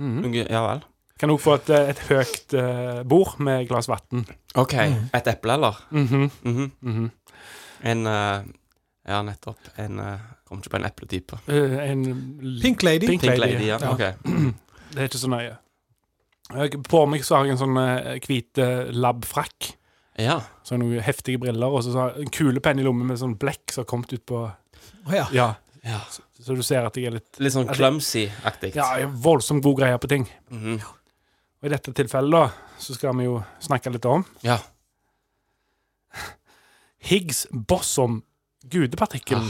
Mhm.
Noe- Ja vel.
Kan òg få et, eh, et høyt eh, bord med glass vann.
OK. Et eple, eller?
Mhm,
Mhm.
mhm.
En eh, Ja, nettopp. En uh, Kom ikke på en epletype.
Eh, en l-
Pink Lady.
Pink
Pink
Lady,
lady, ja.
ja.
OK.
Det er ikke så nøye. Jeg- På meg så har jeg en sånn eh, hvit eh, labbfrakk.
Ja.
Så noen heftige briller og så så har jeg en kulepenn i lommen med sånn blekk som har kommet ut på
Å ja.
Ja,
ja.
så du ser at jeg er litt
Litt sånn
Altså-
clumsy-aktig.
Ja, jeg er voldsomt god greie på ting.
Mhm.
Og i dette tilfellet, da, så skal vi jo snakke litt om
Ja. Ah,
Higgs bosom gudepartikkelen.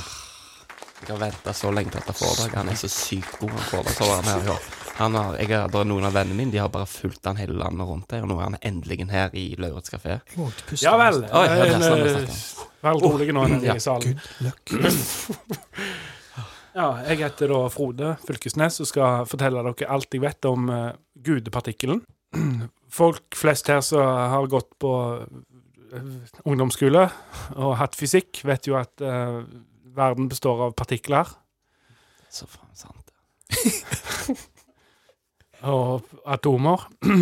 Jeg har venta så lenge på dette foredraget. Han er så sykt god, han foredragsholderen her. i år. Han har, jeg har, det er noen av vennene mine de har bare fulgt han hele landet rundt, her, og nå er han endelig her i Lauritz kafé.
Jeg må ikke puste.
Ja vel.
Oi, ja, det er
En,
sant, det er
eh,
sant.
Vær rolig nå nede
ja.
i salen.
Good luck.
Ja, jeg heter da Frode Fylkesnes og skal fortelle dere alt jeg vet om eh, gudepartikkelen. <clears throat> Folk flest her som har gått på eh, ungdomsskole og hatt fysikk, vet jo at eh, verden består av partikler.
Så faen sant.
og atomer. <clears throat>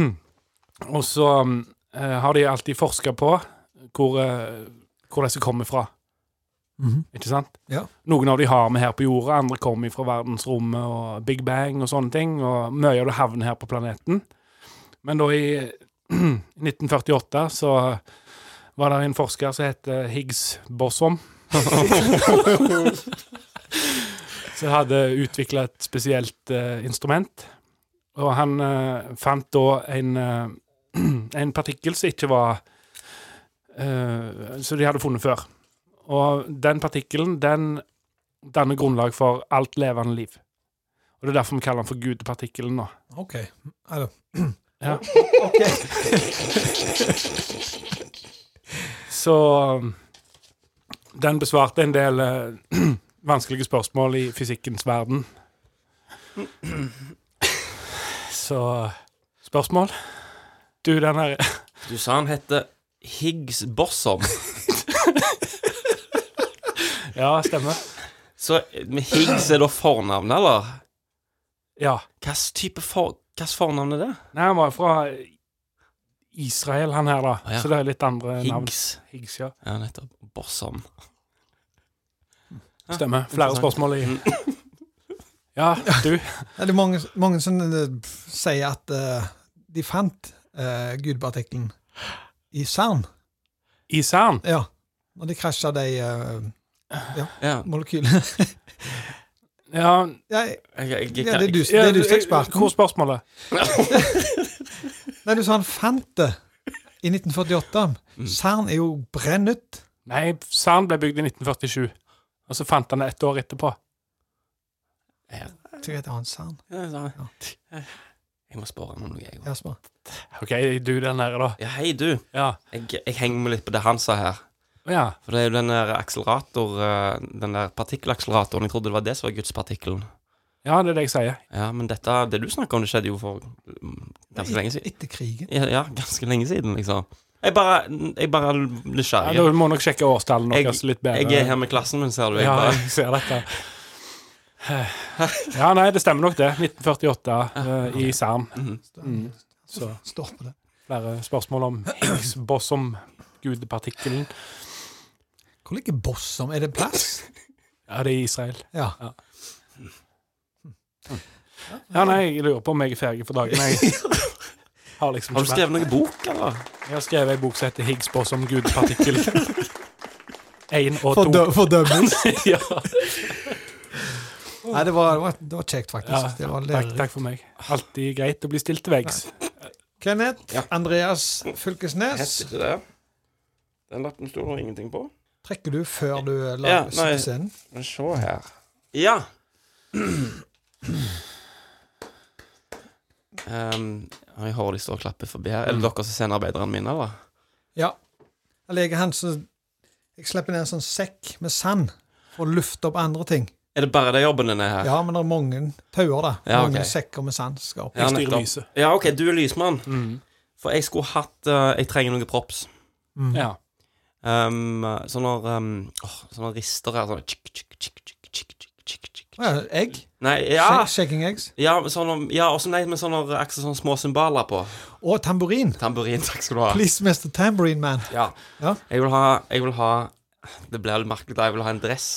og så mm, eh, har de alltid forska på hvor, eh, hvor disse kommer fra.
Mhm.
Ikke sant?
Ja.
Noen av de har vi her på jorda, andre kommer fra verdensrommet og Big Bang og sånne ting. Og mye av det havner her på planeten. Men da i <clears throat> 1948 så var det en forsker som het eh, Higgs Bosom.
<laughs>
<laughs> som hadde utvikla et spesielt eh, instrument. Og han eh, fant da en, eh, <clears throat> en partikkel som ikke var eh, Som de hadde funnet før. Og den partikkelen den danner grunnlag for alt levende liv. Og Det er derfor vi kaller den for gudepartikkelen nå.
OK. Er det-
Ja. Så um, den besvarte en del eh, <clears throat> vanskelige spørsmål i fysikkens verden. Så eh, Spørsmål? Du, den her <laughs>
Du sa han heter Higgs Bossom.
Ja, stemmer.
<laughs> Så eh, men Higgs er da fornavnet, eller?
Ja.
Hvilken type for, hvilken fornavn er det?
Nei, han var fra Israel, han her, da.
Å, ja.
Så det er litt andre navn.
Higgs.
Higgs, ja.
Ja, nettopp. Bossom. Ja,
Stemmer. Flere
interessant. Mm.
spørsmål i <laughs> Ja, du.
Er det mange, mange som eh, sier at eh, de fant uh, gudpartikkelen i CERN?
I CERN?
Ja. Når de krasja de eh,
Ja,
<laughs>
molekylene.
Ja,
ja, jeg-
jeg, jeg, jeg,
ja, det er du, det
ja,
er du som er
eh, Hvor
hm?
eksperten.
er spørsmålet?
Nei, du sa han fant det i 1948.
Mm.
CERN er jo brennut.
Nei, CERN ble bygd i 1947. Og så fant han det ett år etterpå.
Så jeg heter han CERN.
Ja, da- Jeg må spørre ham om noe, jeg òg.
Ja, smart.
OK, du den der, da.
Ja, hei, du.
Ja.
Jeg, jeg henger meg litt på det han sa her.
ja.
For det er jo den der akselerator eh, Den der partikkelakseleratoren. Jeg trodde det var det som var gudspartikkelen.
Ja, det er det jeg sier.
Ja, men dette, det du snakker om, det skjedde jo for mm, ganske lenge siden.
Etter krigen.
Ja, ja ganske lenge siden, liksom. Jeg bare, jeg bare er
Ja,
nysgjerrig.
da må nok sjekke årstallene
Jeg-
deres litt bedre.
Jeg er her med klassen min, ser du. Jeg
Ja,
bare,
jeg ser dette. Ja, nei, det stemmer nok, det. 1948 eh, i CERN. Så
Står på det.
flere spørsmål om Higgs bosom, gudepartikkelen.
Hvor ligger Bossom? Er det plass?
Ja, det er i Israel.
Ja.
Ja, nei, jeg lurer på om jeg er ferdig for dagen. Jeg har liksom
har du
ikke mer.
skrevet noen bok, eller?
Jeg har skrevet ei bok som heter 'Higgs bosom, gudepartikkel'. Én og to.
Fordø- Fordømmes.
<laughs> ja.
Nei, det var, det var, det var kjekt, faktisk.
Ja,
det var
takk,
lærerikt.
takk for meg. Alltid greit å bli stilt til veggs.
Kenneth Andreas Fylkesnes.
Heter ikke det. Den lappen står det ingenting på.
Trekker du før du
Ja,
lager
nei.
scenen?
Men se her. Ja. um, jeg hører de står og klapper forbi her. Er det dere som sender arbeiderne mine, eller?
Ja. Jeg legger han så Jeg slipper ned en sånn sekk med sand for å lufte opp andre ting.
Er det bare de jobbene nede her?
Ja, men det er mange tauer, da.
Ja, ok.
Mange sekker med sand skal opp.
Ja,
Jeg styrer
nettopp.
lyset. Mm.
Ja, OK, du er lysmann. For jeg skulle hatt eh, Jeg trenger noen props.
Ja.
Um, sånne, um, åh, sånne rister her. Sånne tsk, tsk, tsk, tsk, tsk, tsk, tsk, tsk.
Å ja, egg.
Nei, ja,
Shak- Shaking eggs.
ja, sånne, ja også nei, med sånne, eh, akkurat sånne små cymbaler på.
Og tamburin.
Tamburin, takk skal du ha.
Please, Mr. Tambourine Man.
Ja.
Ja.
Jeg vil ha Jeg vil ha Det blir litt merkelig, da. Jeg vil ha en dress.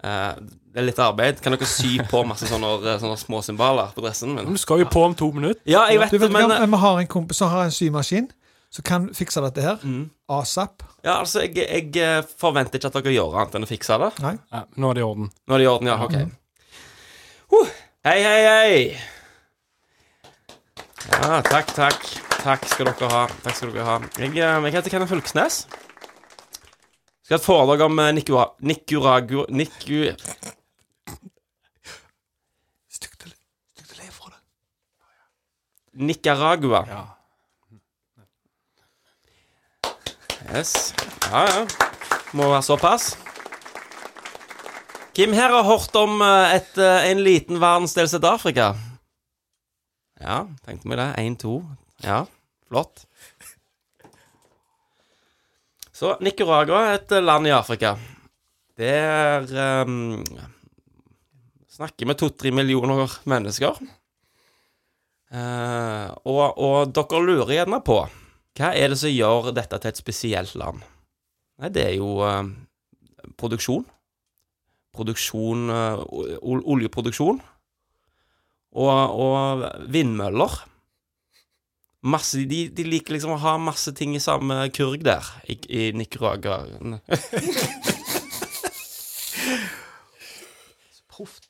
Eh, det er litt arbeid. Kan dere sy på masse sånne, eh, sånne små symboler på dressen min?
Men du skal jo på om to minutter.
Ja, jeg vet
Du
det,
vet,
men eh,
men, Vi har en kompis som har en symaskin, som kan fikse dette her. ASAP.
Mm. ja, altså, jeg, jeg eh, forventer ikke at dere gjør annet enn å fikse det.
Nei.
Ja, nå er det i orden.
Nå er det i orden, ja. OK. Huh. Hei, hei, hei. Ja, takk, takk. Takk skal dere ha. Takk skal dere ha. Jeg, eh, jeg heter Kenneth Fylkesnes. Skal ha et foredrag om eh, Nikua... Nikuragu... Niku... Nicaragua.
Ja.
Yes. Ja, ja. Må være såpass. Hvem her har hørt om eh, et, eh, en liten verdensdel som heter Afrika? Ja, tenkte meg det. Én, to. Ja, flott. Så Nicaragua er et eh, land i Afrika. Der um, snakker vi to-tre millioner mennesker. Eh, og, og dere lurer gjerne på hva er det som gjør dette til et spesielt land? Nei, det er jo eh, produksjon. Produksjon eh, ol Oljeproduksjon. Og, og vindmøller. Masse, de, de liker liksom å ha masse ting i samme kurg der, i, i Nicaragua. Proft.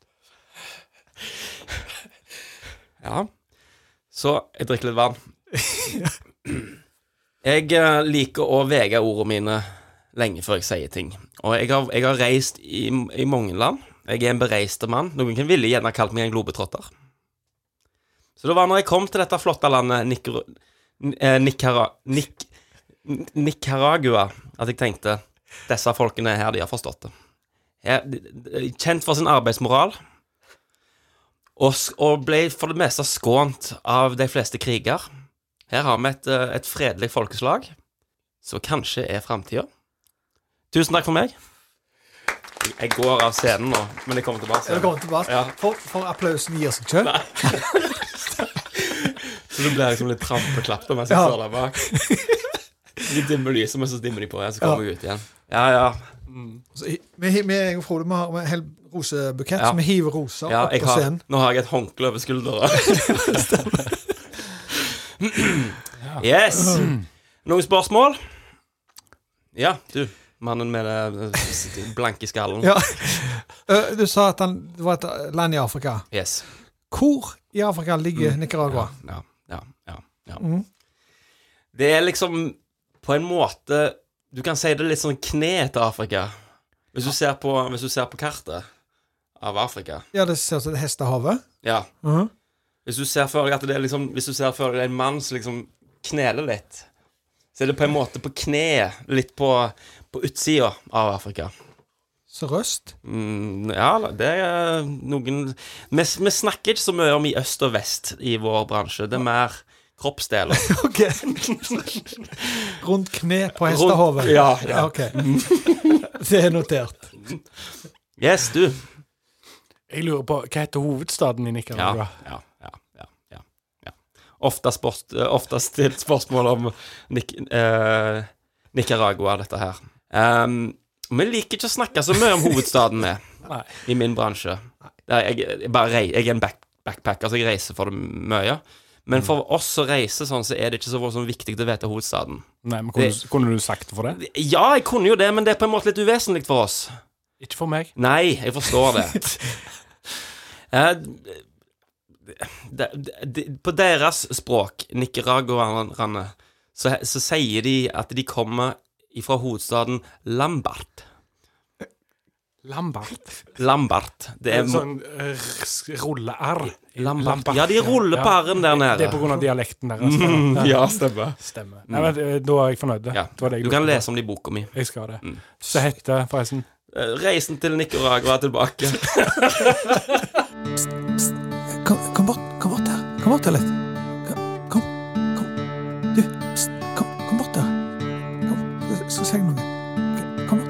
Ja. Så jeg drikker litt vann. Jeg eh, liker å vege ordene mine lenge før jeg sier ting. Og jeg har, jeg har reist i, i mange land. Jeg er en bereiste mann. Noen kan ville gjerne kalt meg en globetrotter. Så det var når jeg kom til dette flotte landet Nicar eh, Nicara Nic Nicaragua, at jeg tenkte disse folkene her, de har forstått det. Jeg, de- de- kjent for sin arbeidsmoral. Og, s- og ble for det meste skånt av de fleste kriger. Her har vi et, eh, et fredelig folkeslag, som kanskje er framtida. Tusen takk for meg. Jeg går av scenen nå, men jeg kommer tilbake. senere.
Velkommen tilbake.
Ja.
For, for applausen gir seg sjøl.
Så du blir liksom litt trampeklapt mens jeg
Ja.
står der bak. De dimmer lyset, men så dimmer de på igjen, så kommer jeg ut igjen. Ja, ja.
Vi, vi jeg og Frode vi har vi har en hel rosebukett,
Ja.
så vi hiver roser
ja
opp
jeg
på
har,
scenen.
nå har jeg et håndkle over
<laughs>
skuldra. yes! Noen spørsmål? Ja, du. Mannen med det eh, blanke skallen.
Ja. <laughs> Eh, Du sa at han, det var et land i Afrika.
Yes.
Hvor i Afrika ligger Nicaragua?
Mm. Ja, ja, ja, ja. Det er liksom på en måte Du kan si det er litt sånn kne til Afrika. Hvis du ser på, hvis du ser på kartet av Afrika.
Ja, det ser ut som et hestehove.
Ja.
Mhm.
Hvis du ser for deg at det er liksom Hvis du ser for deg en mann som liksom kneler litt, så er det på en måte på kneet, litt på, på utsida av Afrika.
Sørøst.
Mm, ja, det er noen vi, vi snakker ikke så mye om i øst og vest i vår bransje. Det er mer kroppsdeler.
Ok. Rundt kne på hestehovet.
Rundt- ja, ja.
Ok. <laughs> Det er notert.
Yes, du.
Jeg lurer på, hva heter hovedstaden i Nicaragua?
Ja, ja, ja, ja, ja, ja. Ofte, sport, eh, ofte stilt spørsmål om Nic eh, Nicaragua, dette her. Ehm, vi liker ikke å snakke så mye om hovedstaden <laughs> med
Nei.
i min bransje. Der jeg, jeg, bare, rei- jeg er en back, backpacker, så jeg reiser for det mye. Men for oss som reiser sånn, så er det ikke så voldsomt viktig å vite hovedstaden.
Nei, men kunne,
Det-
du- kunne du sagt det for det?
Ja, jeg kunne jo det, men det er på en måte litt uvesentlig for oss.
Ikke for meg.
Nei, jeg
<laughs>
forstår det. Eh, de, de, de, på deres språk, nicaraguanerne, så, så sier de at de kommer fra hovedstaden Lambert.
Lambert.
Lambert. Det er
En sånn eh, rs- rulle-r.
Lambert. Ja, de ruller på r-en der nede.
Det er på grunn av dialekten deres. stemmer.
Ja, stemmer.
Stemmer. Nei, men eh, da er jeg fornøyd.
Ja.
Det var det jeg
Du
lurte
kan
på.
lese Mm. om det i boka mi.
Jeg skal det. Så heter forresten
Eh, Reisen til Nicaragua er
<laughs>
tilbake.
Kom, kom bort kom bort her. Kom bort her litt. Kom. kom. Du, pst, kom, kom bort her. Kom, jeg skal si deg noe. Kom.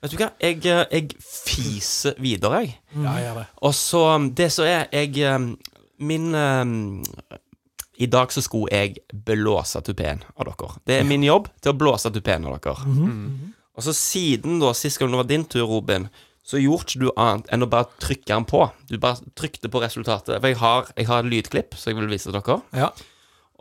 Vet du hva, jeg, eh, jeg fiser videre, jeg.
Ja, jeg gjør det.
Og så um, Det som er Jeg eh, Min eh, I dag så skulle jeg blåse tupeen av dere. Det er min jobb til å blåse tupeen av dere. Og så siden da sist gang det var din tur, Robin, så gjorde ikke du annet enn å bare trykke den på. Du bare trykte på resultatet. For jeg har, jeg har et lydklipp som jeg vil vise dere.
Ja.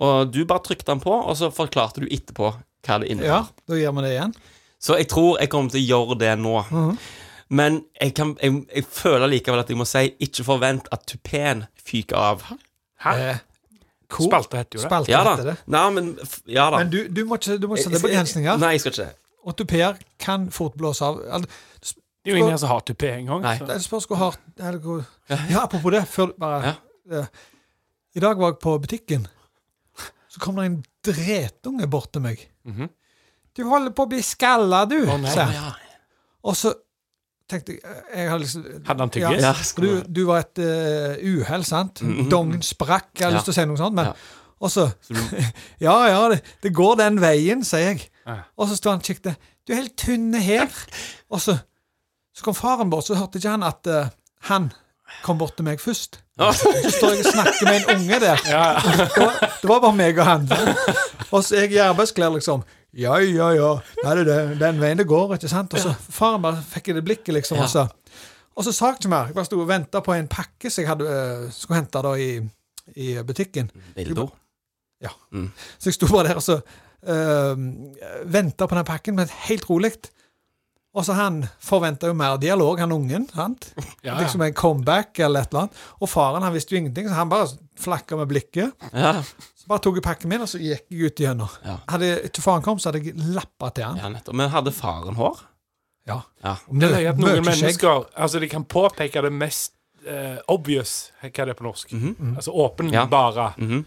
Og du bare trykte den på, og så forklarte du etterpå hva det innebar.
ja, da gjør vi det igjen.
Så jeg tror jeg kommer til å gjøre det nå. Men jeg, kan, jeg, jeg føler likevel at jeg må si ikke forvent at tupeen fyker av.
Hæ?
Eh,
Oh,
Spalte heter jo det.
Spalte
Ja da.
heter det.
Nei, men f- Ja da.
Men du, du må ikke, du må ikke sette
Jeg-
begrensninger.
Nei, jeg skal ikke det.
Og tupeer kan fort blåse av. Al-
Det er jo ingen her som har tupé engang.
Nei.
så-
Det spørs hvor hardt eller hvor... Ja, apropos det. Før, bare,
Ja.
eh, I dag var jeg på butikken. Så kom det en dretunge bort til meg. Du holder på å bli skalla, du, sa han. Og så tenkte jeg eh, jeg hadde, liksom,
Hadde han
ja,
tyggis?
Ja,
for du, du var et eh, uhell, sant? Dongen sprakk, jeg har
Ja.
lyst til å si noe sånt, men
Ja.
Og så <laughs> Ja, ja, det, det går den veien, sier jeg.
Ja.
Og så sto han og kikket. Du er helt tynne her. Og så, så kom faren bort, så hørte ikke han at eh, han kom bort til meg først. Så står jeg og snakker med en unge der. <laughs> Det, var, det var bare meg og han. Og så jeg i arbeidsklær, liksom. Ja, ja, ja. Nei, det, det, den veien det går, ikke sant? Og så faren bare fikk jeg det blikket, liksom. Og så, og så sa jeg ikke mer. Jeg bare sto og venta på en pakke som jeg hadde, eh, skulle hente da i, i butikken.
Dildo.
Ja.
Mm.
Så jeg sto bare der og så uh, venta på den pakken, men helt rolig. Og så han forventa jo mer dialog, han ungen. sant?
Ja,
Liksom en comeback eller et eller annet. Og faren han visste jo ingenting, så han bare flakka med blikket.
Ja.
Så bare tok jeg pakken min, og så gikk jeg ut igjennom.
Ja.
Hadde ikke faren kommet, så hadde jeg lappa til han.
ja, nettopp. Men hadde faren hår?
Ja.
Ja.
Det er løye at noen
Mørkeskjegg.
mennesker altså de kan påpeke det mest eh, obvious Hva er det på norsk? Altså åpenbare.
Mhm.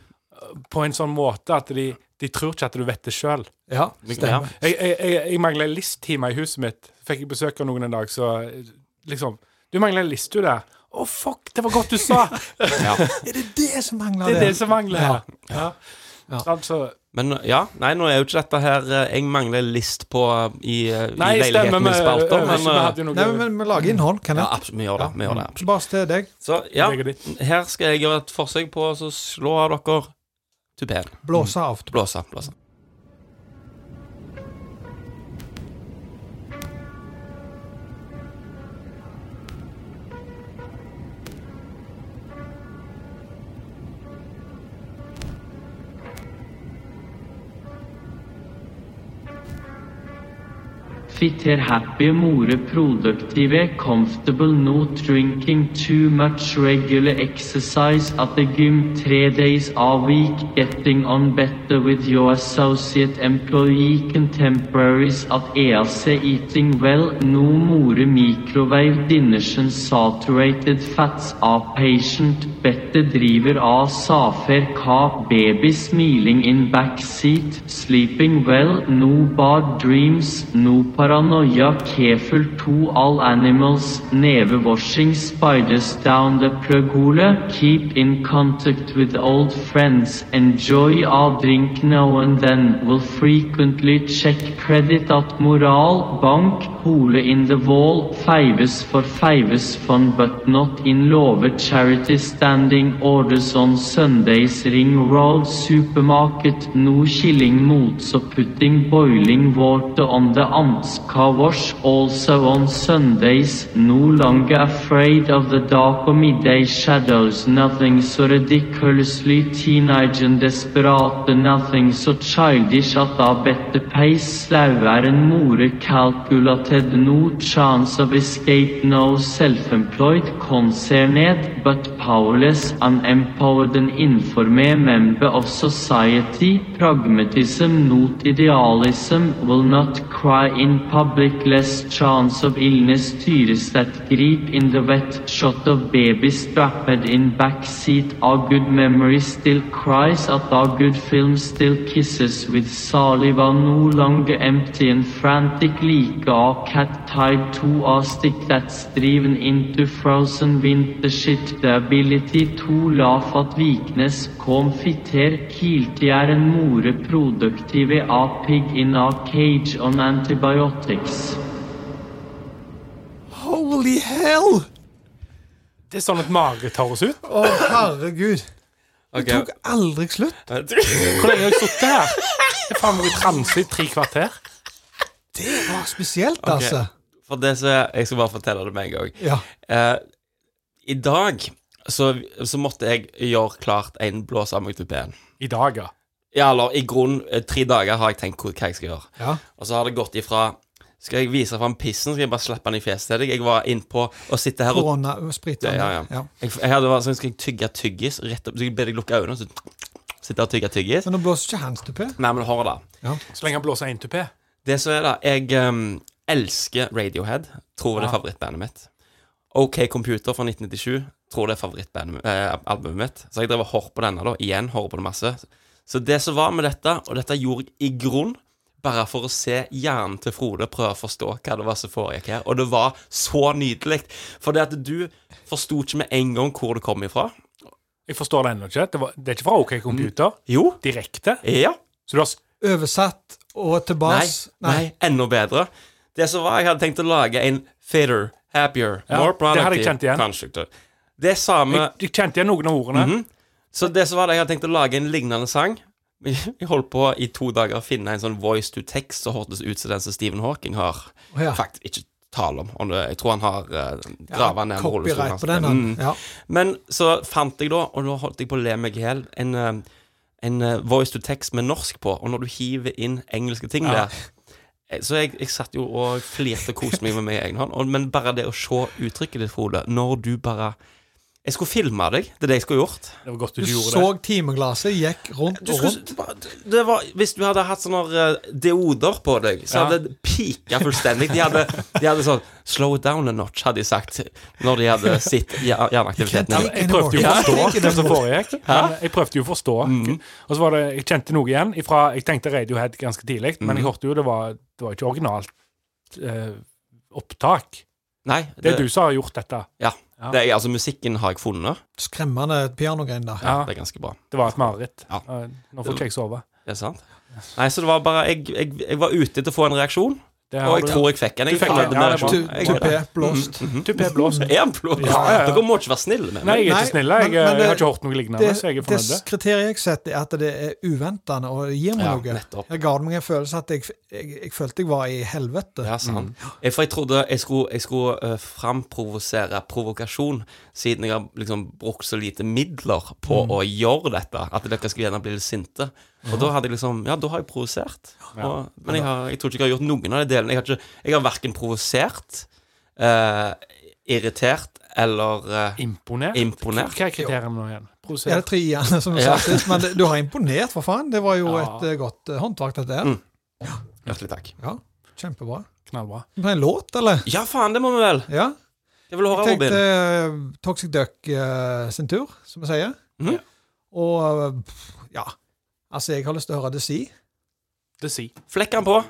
På en sånn måte at de, de tror ikke at du vet det sjøl.
Ja,
Ja.
stemmer.
Jeg, jeg, jeg, jeg mangler listtimer i huset mitt. Fikk jeg besøk av noen en dag, så eh, liksom Du mangler en list, du der. Å, fuck! Det var godt du sa!
Er det det som mangler?
Det er
der?
det som mangler her. Ja. Altså,
Ja.
Sant, så-
Men ja, nei, nå er jo ikke dette her eh, Jeg mangler list på eh, i, eh,
Nei, stemmer.
i leiligheten
Vi
min spalter,
øver ikke,
men
vi
eh,
hadde jo noe
Nei, men- men vi lager innhold, kan
ja,
jeg?
absolutt, vi gjør det. Vi gjør det absolutt.
Bare til deg.
Så ja,
Legger ditt.
her skal jeg gjøre et forsøk på å så slå av dere tupeen.
Blåse av.
Blåse, blåse.
Fitter happy more productive, comfortable, not drinking too much, regular exercise at the gym three days a week, getting on better with your associate employee, contemporaries at EAC, eating well, no more microwave dinners and saturated fats are patient, better driver av safer, ka, baby smiling in backseat, sleeping well, no bad dreams, no paranoia, careful to all animals, nevewashing spiders down the pergola, keep in contact with old friends, enjoy our drink now and then, will frequently check credit at moral, bank, hole in the wall, favors for favors fund but not in lover, charity standing orders on Sundays, ring road, supermarket, no killing modes so putting boiling water on the amps car wash, also on Sundays, no longer afraid of the dark or midday shadows, nothing so ridiculously teenage and desperate, nothing so childish at a better pace, slauer and more calculated, no chance of escape, no self-employed, concerned, but powerless, unempowered and informed member of society, pragmatism, not idealism, will not cry in public, less chance of illness, styres that grip in the wet, shot of baby strapped in back seat, our good memory still cries at our good film, still kisses with saliva, no longer empty and frantic, like our cat tied to our stick that's driven into frozen winter shit, the ability to laugh at weakness, confiter, kiltier and more productive, a pig in our cage on antibiotics.
Holy hell!
Det er sånn at mage tar oss ut.
Å, herregud.
Ok.
Det tok aldri slutt.
Hvor lenge har jeg sittet her? Jeg har faen vært i transe i tre kvarter.
Det var spesielt, altså.
For det så er, Jeg skal bare fortelle det med en gang.
Ja.
Eh, I dag så, så måtte jeg gjøre klart en blåse av meg tupeen.
I dag, ja.
Ja, eller i grunnen eh, tre dager har jeg tenkt hvor- hva jeg skal gjøre.
Ja.
Og så har det gått ifra Skal jeg vise fram pissen, skal jeg bare slappe den i fjeset til deg? Jeg var innpå og sitte her og
Korona eh, og sprit.
Ja, ja. Jeg, jeg hadde bare sånn, skal jeg tygge tyggis rett opp? Så jeg ber deg lukke øynene, og så sitter jeg og tygger tyggis.
Men nå blåser ikke hans tupé.
Nei, men hør da.
Så lenge han blåser én tupé.
Det som er da, jeg ehm, elsker Radiohead. Tror det er favorittbandet mitt. OK Computer fra 1997. Tror det er favorittalbumet eh, albumet mitt. Så jeg drev og hørte på denne, da. Igjen hører på det masse. Så det som var med dette, og dette gjorde jeg i grunn bare for å se hjernen til Frode prøve å forstå hva det var som foregikk her. Og det var så nydelig. For det at du forsto ikke med en gang hvor det kom ifra.
Jeg forstår det ennå ikke. Det, var, det er ikke fra OK Computer
Jo.
direkte.
Ja.
Så du har s-
Oversatt og tilbake
Nei, nei. enda bedre. Det som var, jeg hadde tenkt å lage en fitter, happier,
Ja,
more
det hadde jeg
productive
kjent igjen.
constructor. Det samme
jeg, jeg kjente igjen noen av ordene.
Så det som var det, jeg hadde tenkt å lage en lignende sang. <laughs> Jeg holdt på i to dager å finne en sånn voice to text som hørtes ut som den som Stephen Hawking har.
Ja.
Faktisk ikke tale om. om det, jeg tror han har uh, grava ned en rullestol.
Copyright
hans.
på den. han.
Mm.
Ja.
Men så fant jeg da, og nå holdt jeg på å le meg i hjel, en, eh, en eh, voice to text med norsk på. Og når du hiver inn engelske ting der eh, Så jeg, jeg satt jo og flirte og koste meg med meg i egen hånd. Og, men bare det å se uttrykket ditt, Frode, når du bare Jeg skulle filme deg. Det er det jeg skulle gjort.
Det var godt
Du
du ikke gjorde
så
det.
timeglasset gikk rundt
Du
og
skulle,
rundt.
det var- det var, hvis du hadde hatt sånne eh, deoder på deg, så
Ja.
hadde det pika fullstendig. De hadde, de hadde sånn Slow it down a notch, hadde de sagt, når de hadde sitt hjer- hjerneaktiviteten.
Ikke-
ned.
Jeg prøvde jo å
Ja.
forstå
Ikke
hva som
den-
foregikk. Men Jeg prøvde jo å forstå. Og så var det, jeg kjente noe igjen. Ifra, jeg tenkte Radiohead ganske tidlig, men jeg hørte jo det var, det var ikke originalt eh, opptak.
Nei,
Det er du som har gjort dette.
Ja.
Ja.
Det er, altså, musikken har jeg funnet.
Skremmende pianogrein der.
Ja.
Det er ganske bra.
Det var et mareritt.
Ja.
Eh, Nå får ikke jeg sove.
Det er sant. Nei, så det var bare Jeg, jeg, jeg var ute etter å få en reaksjon,
Det
og
har
jeg
du-
tror jeg fikk en. Jeg
Du fikk
fornøyde
en,
med
ja, det er bra.
reaksjonen.
Tu-
Jeg- Mm.
Tupé blåst.
Tupé blåst.
Er han blå?
Ja, ja, ja.
Dere må ikke være snille
Nei,
med meg.
jeg er
Nei,
ikke snill. Jeg,
men- men
eh, jeg har
det-
ikke hørt noe lignende,
Det,
så jeg er
det
fornøyd.
kriteriet jeg setter, er at det er uventende og det gir meg
Ja,
noe.
nettopp.
Jeg ga det meg en følelse at jeg, jeg, jeg følte jeg var i helvete.
Ja, sant. Mm. Jeg, for jeg trodde jeg skulle, jeg skulle eh, framprovosere provokasjon, siden jeg har liksom brukt så lite midler på å gjøre dette, at dere skulle gjerne bli litt sinte. Og da hadde jeg liksom Mm. Ja, da har jeg provosert. Og- Men jeg, har, jeg tror ikke jeg har gjort noen av de delene. Jeg har, ikke, jeg har verken provosert, eh, irritert eller eh,
Imponert?
Imponert.
Hva er kriteriene nå igjen?
Er det
Provosert?
tre igjen, som du
Ja.
sa sist? Men det, du har imponert, for faen. Det var jo
Ja.
et eh, godt eh, håndverk, dette her.
Mm. Hjertelig takk.
Ja, kjempebra.
Knallbra.
Det ble en låt, eller?
Ja, faen, det må vi vel.
Ja.
Jeg vil høre,
Jeg tenkte
Robin.
eh, Toxic Duck eh, sin tur, som vi sier.
Mhm.
Og eh, pff, ja Altså, jeg har lyst til å høre det si.
Det sier.
Flekk den på.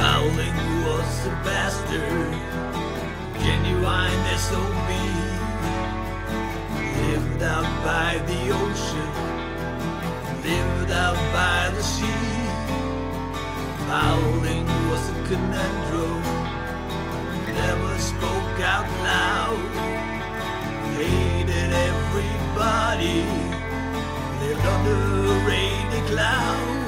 Howling was a bastard, genuine SOB. Lived out by the ocean, lived out by the sea. Howling was a conundrum, never spoke out loud. Hated everybody, lived under a rainy cloud.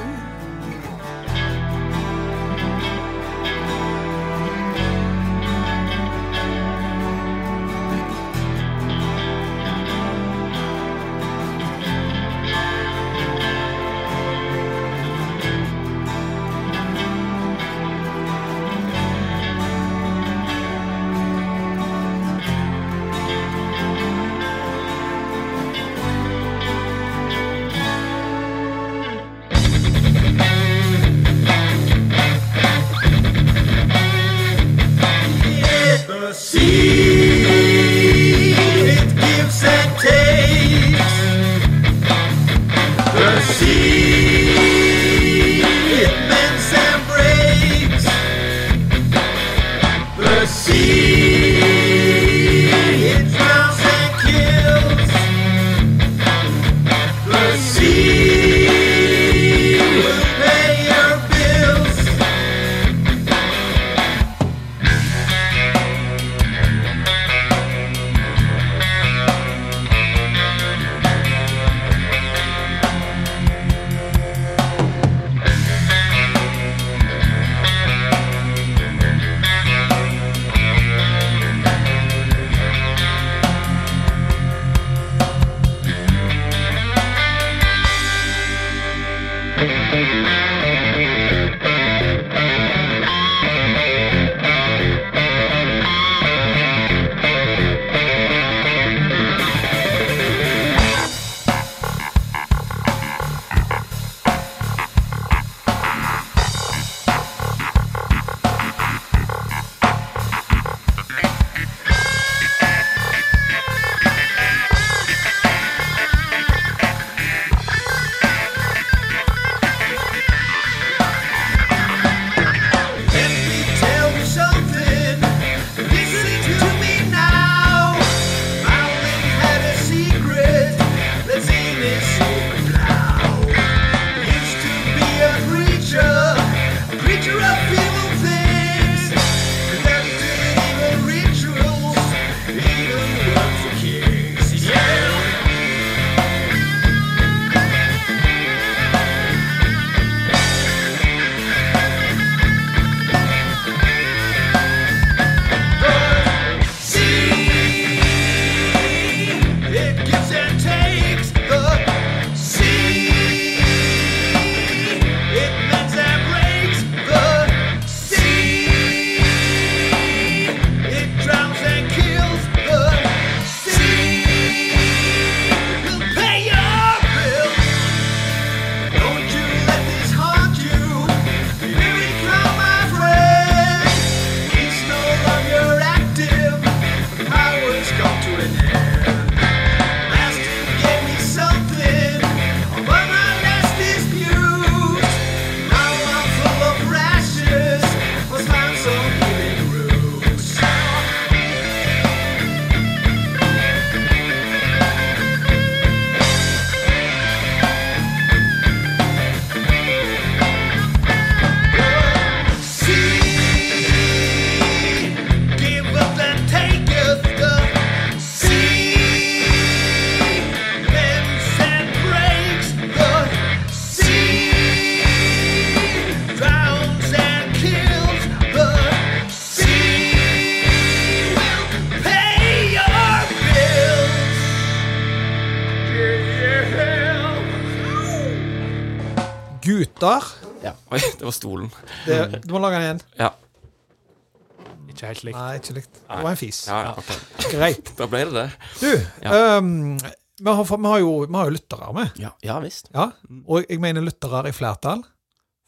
Putter.
Ja. Oi, det var stolen.
Det,
Mm.
du må lage den igjen.
Ja.
Ikke helt likt.
Nei, ikke likt. Det var en fis.
ja, ja ok.
Greit.
Da ble det det. <laughs>
Du, ehm, vi, har, fått- vi, har jo, vi har jo lyttere med.
Ja, ja visst.
Ja. Og jeg mener lyttere i flertall.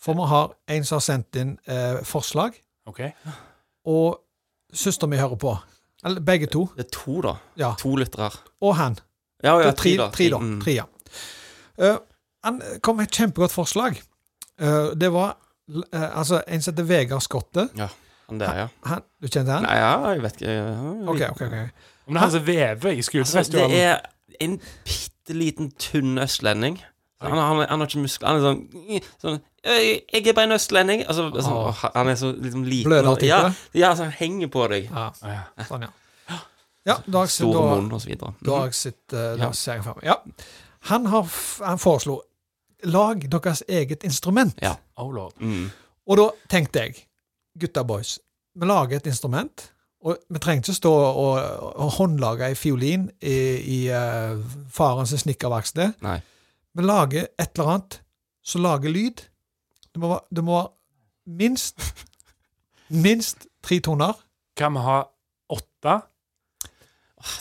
For vi har en som har sendt inn eh, forslag,
OK.
og søster mi hører på. Eller begge to.
Det er to, da.
Ja.
To lyttere.
Og han.
Ja,
Det
ja,
er Ah. tre, tre, da.
Mm.
Tre, ja. Eh, han kom med et kjempegodt forslag. Eh, det var eh, altså en som heter Vegard Skotte.
Ja, han der, ja.
Han, du kjente han?
Nei, ja, jeg vet ikke ja.
Ok, ok, ok.
Men han som vever i
Altså,
skuespillfestivalen
det er en bitte liten, tynn østlending. Han, han, han har ikke muskler. Han er sånn, sånn «Jeg jeg er bare en østlending. Altså, sånn, åh, han er så liksom liten.
Bløder Ah. type.
Ja, ja, altså, han henger på deg.
Ja,
ja.
sånn, ja. Ja, da, har jeg-
Store
da,
munn og så videre. Mhm.
da har jeg sett eh, da
Ja.
ser jeg frem. Ja. Han, har, f- han foreslo lag deres eget instrument.
Ja.
Oh, lord.
Mm.
Og da tenkte jeg, gutta boys, vi lager et instrument. Og vi trenger ikke stå og, og håndlage ei fiolin i, i eh, farens snekkerverksted.
Nei.
Vi lager et eller annet som lager lyd. Det må, være- det må være minst minst tre toner.
Kan vi ha åtte?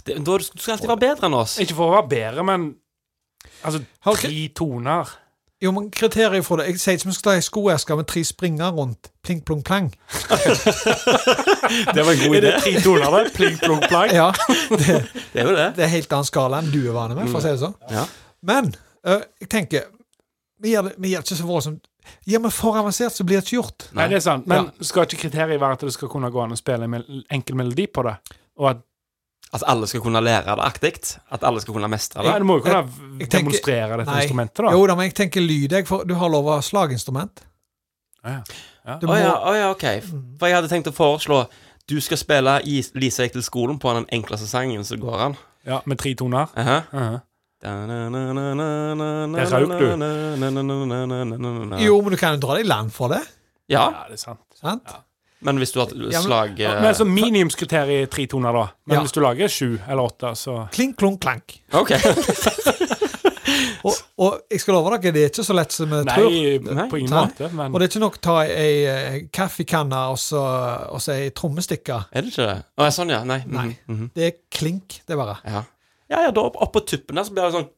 Det, da, du skal alltid være bedre enn
<laughs>
oss.
Ikke for å være bedre, men Altså,
Har
tre toner.
Jo, men kriterier for det Jeg sier ikke vi skal ta ei skoeske med tre springer rundt. Pling, plong, plang.
Det var en
<laughs>
god
Er det tre toner, det? Pling, plong, plang.
<laughs> Ja,
Det er jo det.
det er helt annen skala enn du er vant med, for å si det sånn.
Ja.
Men øh, jeg tenker Vi gjør det, vi gjør det ikke så voldsomt. Gjør vi for avansert, så blir det ikke gjort.
Nei, det er sant. Men skal ikke kriteriet være at det skal kunne gå an å spille en mel- enkel melodi på det? Og at
At Altså, alle skal kunne lære det aktivt. At alle skal kunne mestre
Nei,
det.
Du må jo kunne
jeg tenker-
demonstrere dette
Nei.
instrumentet, da.
Jo da, men jeg tenker lyd, jeg, for du har lov av slaginstrument.
Ja, ja.
Du
Å
må, Mm.
ja, å ja, ok. For jeg hadde tenkt å foreslå du skal spille i Lise gikk til skolen på den enkleste sangen som går an.
Ja, med tre toner.
Aha.
Uh
Det
Det røk du.
du.
Jo, men du kan jo dra deg i land for det.
Ja,
Ja, det er sant.
Sant?
men hvis du har et
men- sånn-
slag eh,
Men så minimumskriteriet er tre toner, da. Men
Ja.
hvis du lager sju eller åtte, så
Kling, klong, klank.
eh, OK. <laughs>
Og, og jeg skal love dere, det er ikke så lett som vi tror.
Nei,
Nei,
på ingen
nei.
måte, men
Og det er ikke nok å ta ei, ei kaffekanne og så, og så ei trommestikke.
Er det ikke det? Å, ja, sånn, ja. Nei. mhm,
Nei.
mhm,
Det er klink, det er bare.
Ja. ja, ja, da opp, opp på tuppen der, så blir det sånn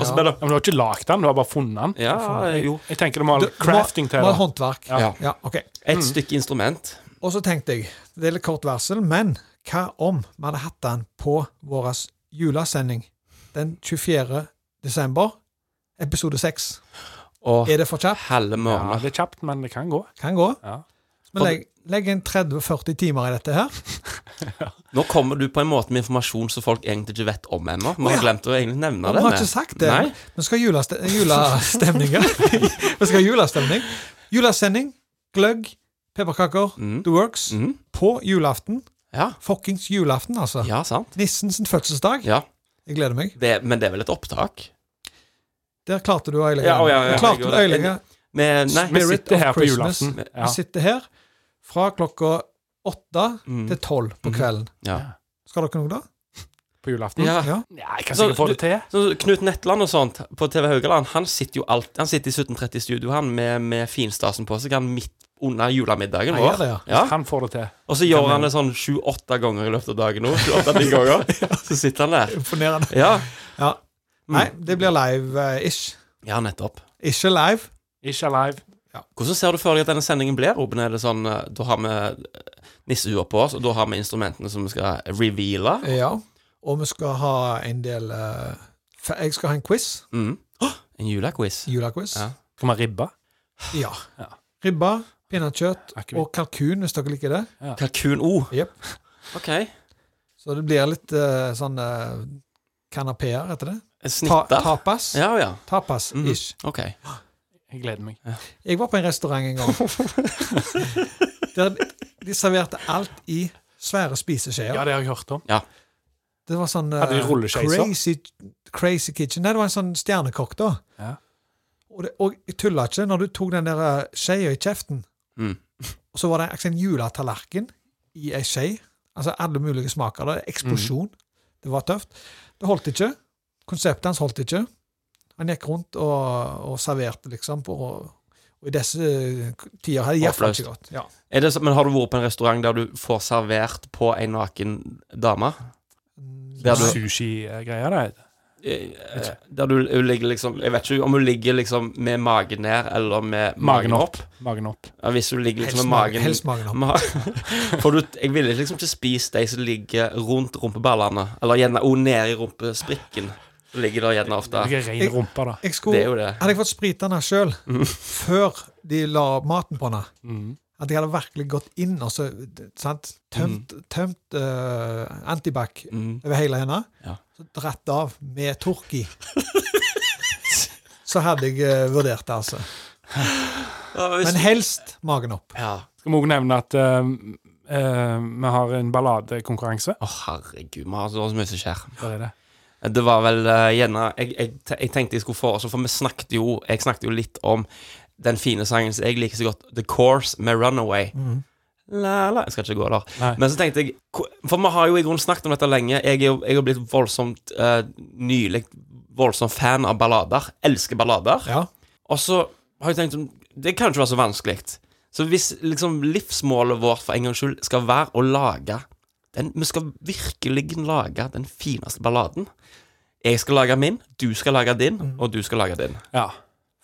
Og så blir det
Ja, men du har ikke lagd den, du har bare funnet den.
Ja, jo.
Jeg tenker det må ha
Du-
litt crafting
må-
til
må ha
det.
Håndverk.
Ja.
Ja, ok.
Et stykke instrument.
Og så tenkte jeg, det er litt kort varsel, men hva om vi hadde hatt den på vår julesending den 24. desember, episode 6?
Og
Er det for kjapt?
halve
Ja,
måneder.
det er kjapt, men det kan gå.
Kan gå.
Ja.
Men legg, legg inn 30-40 timer i dette her.
Nå kommer du på en måte med informasjon som folk egentlig ikke vet om ennå. Vi
Å, ja.
har glemt å egentlig nevne
Vi
det.
har
vi.
ikke sagt det.
Nei.
Vi skal ha juleste- julestemninger. <laughs> Vi skal ha julestemning. Julesending, gløgg, pepperkaker, The Works.
Mhm.
På julaften.
Ja.
Fuckings julaften, altså.
ja, sant.
Nissen sin fødselsdag.
Ja.
Jeg gleder meg.
Det, men det er vel et opptak?
Der klarte du å øyelegge.
Ja, å, ja, ja,
Der klarte
jeg
du
gjorde
å
det.
øyelegge
Med, nei,
Vi
Spirit
sitter
of
her på
Christmas.
julaften. Ja.
Vi sitter her fra klokka åtte
Mm.
til tolv på kvelden.
ja.
Skal dere noe da?
På julaften.
Ja.
Ja.
Ja, jeg kan
Så
sikkert få
du-
det til.
Så Knut Netland og sånt på TV Haugaland, han sitter jo alt, han sitter i 1730-studio han med, med finstasen på seg han midt under julemiddagen
Nei,
vår.
det, ja.
Ja.
Han får det til.
Og så gjør han det sånn sju-åtte ganger i løpet av dagen nå.
<laughs>
Sju-åtte-ni ganger. Så sitter han der.
Imponerende.
Ja.
Ja.
Mm.
Nei, det blir live-ish.
ja, nettopp.
Ikke live.
Ikke alive.
Hvordan ser du for deg at denne sendingen blir, Ruben? Er det sånn eh, da har vi eh, nissehua på oss, og da har vi instrumentene som vi skal reveale?
Ja. Og vi skal ha en del eh, fe- Jeg skal ha en quiz.
Mm. Åh, en julequiz.
Julequiz.
Ja.
Skal vi ha ribba?
Ja.
Ja.
Ribba, pinnekjøtt
Akevitt.
og kalkun, hvis dere liker det.
Kalkun O.
Jep.
OK.
Så det blir litt eh, sånn uh, kanapeer etter det.
En
Ta
snitter.
tapas.
Ja, ja. Mhm.
Tapas-ish.
OK.
Jeg gleder meg.
Jeg var på en restaurant en gang. der de serverte alt i svære spiseskjeer.
Ja, det har jeg hørt om.
Det var sånn
Hadde de
eh,
rulleskeiser?
crazy, crazy kitchen. Nei, det var en sånn stjernekokk, da.
Ja.
Og, det, og jeg tulla ikke. Når du tok den der eh, skeia i kjeften,
Mm.
og så var det altså en juletallerken i ei skje Altså alle mulige smaker. Det er eksplosjon. Det var tøft. Det holdt ikke. Konseptet hans holdt ikke. Han gikk rundt og, og serverte, liksom. På, og, og i disse eh, tider hadde det iallfall
Oppløst.
ikke gått. Ja.
Er det, så- men har du vært på en restaurant der du får servert på en naken dame? Der du,
Sushi-greier, det.
eh, der du hun ligger liksom Jeg vet ikke om hun ligger liksom med magen ned eller med magen,
Magen
opp.
opp. Magen opp.
Ja, hvis hun ligger
Helst
liksom med
magen-
magen
helst magen opp.
Ma <laughs> For du, jeg ville liksom ikke spist de som ligger rundt rumpeballene, eller gjerne òg nede i rumpesprikken. Så ligger der gjerne ofte.
Jeg er ren rumpe, da.
Jeg
Det
skulle,
er jo det. Mm.
Hadde jeg fått sprita den sjøl før de la maten på den At jeg hadde virkelig gått inn og så, sant, tømt, tømt eh, antibac
Mm.
over hele henne,
Ja.
så dratt av med tork i. så hadde jeg eh, vurdert det, altså.
Ja, hvis-
Men helst magen opp.
Ja.
Skal vi òg nevne at eh, eh, vi har en balladekonkurranse?
Å, herregud, vi har så mye som skjer.
Der er det.
Det var vel eh, gjerne jeg, jeg, te- jeg tenkte jeg skulle få også, for vi snakket jo Jeg snakket jo litt om den fine sangen som jeg liker så godt, The Course med Runaway. La, la. Jeg skal ikke gå der.
Nei.
Men så tenkte jeg ko- For vi har jo i grunnen snakket om dette lenge. Jeg er jo jeg har blitt voldsomt uh, nylig voldsom fan av ballader. Elsker ballader.
Ja.
Og så har jeg tenkt sånn, Det kan ikke være så vanskelig. Så hvis liksom livsmålet vårt for en gangs skyld skal være å lage den, Vi skal virkelig lage den fineste balladen. Jeg skal lage min, du skal lage din,
Mm.
og du skal lage din.
Ja.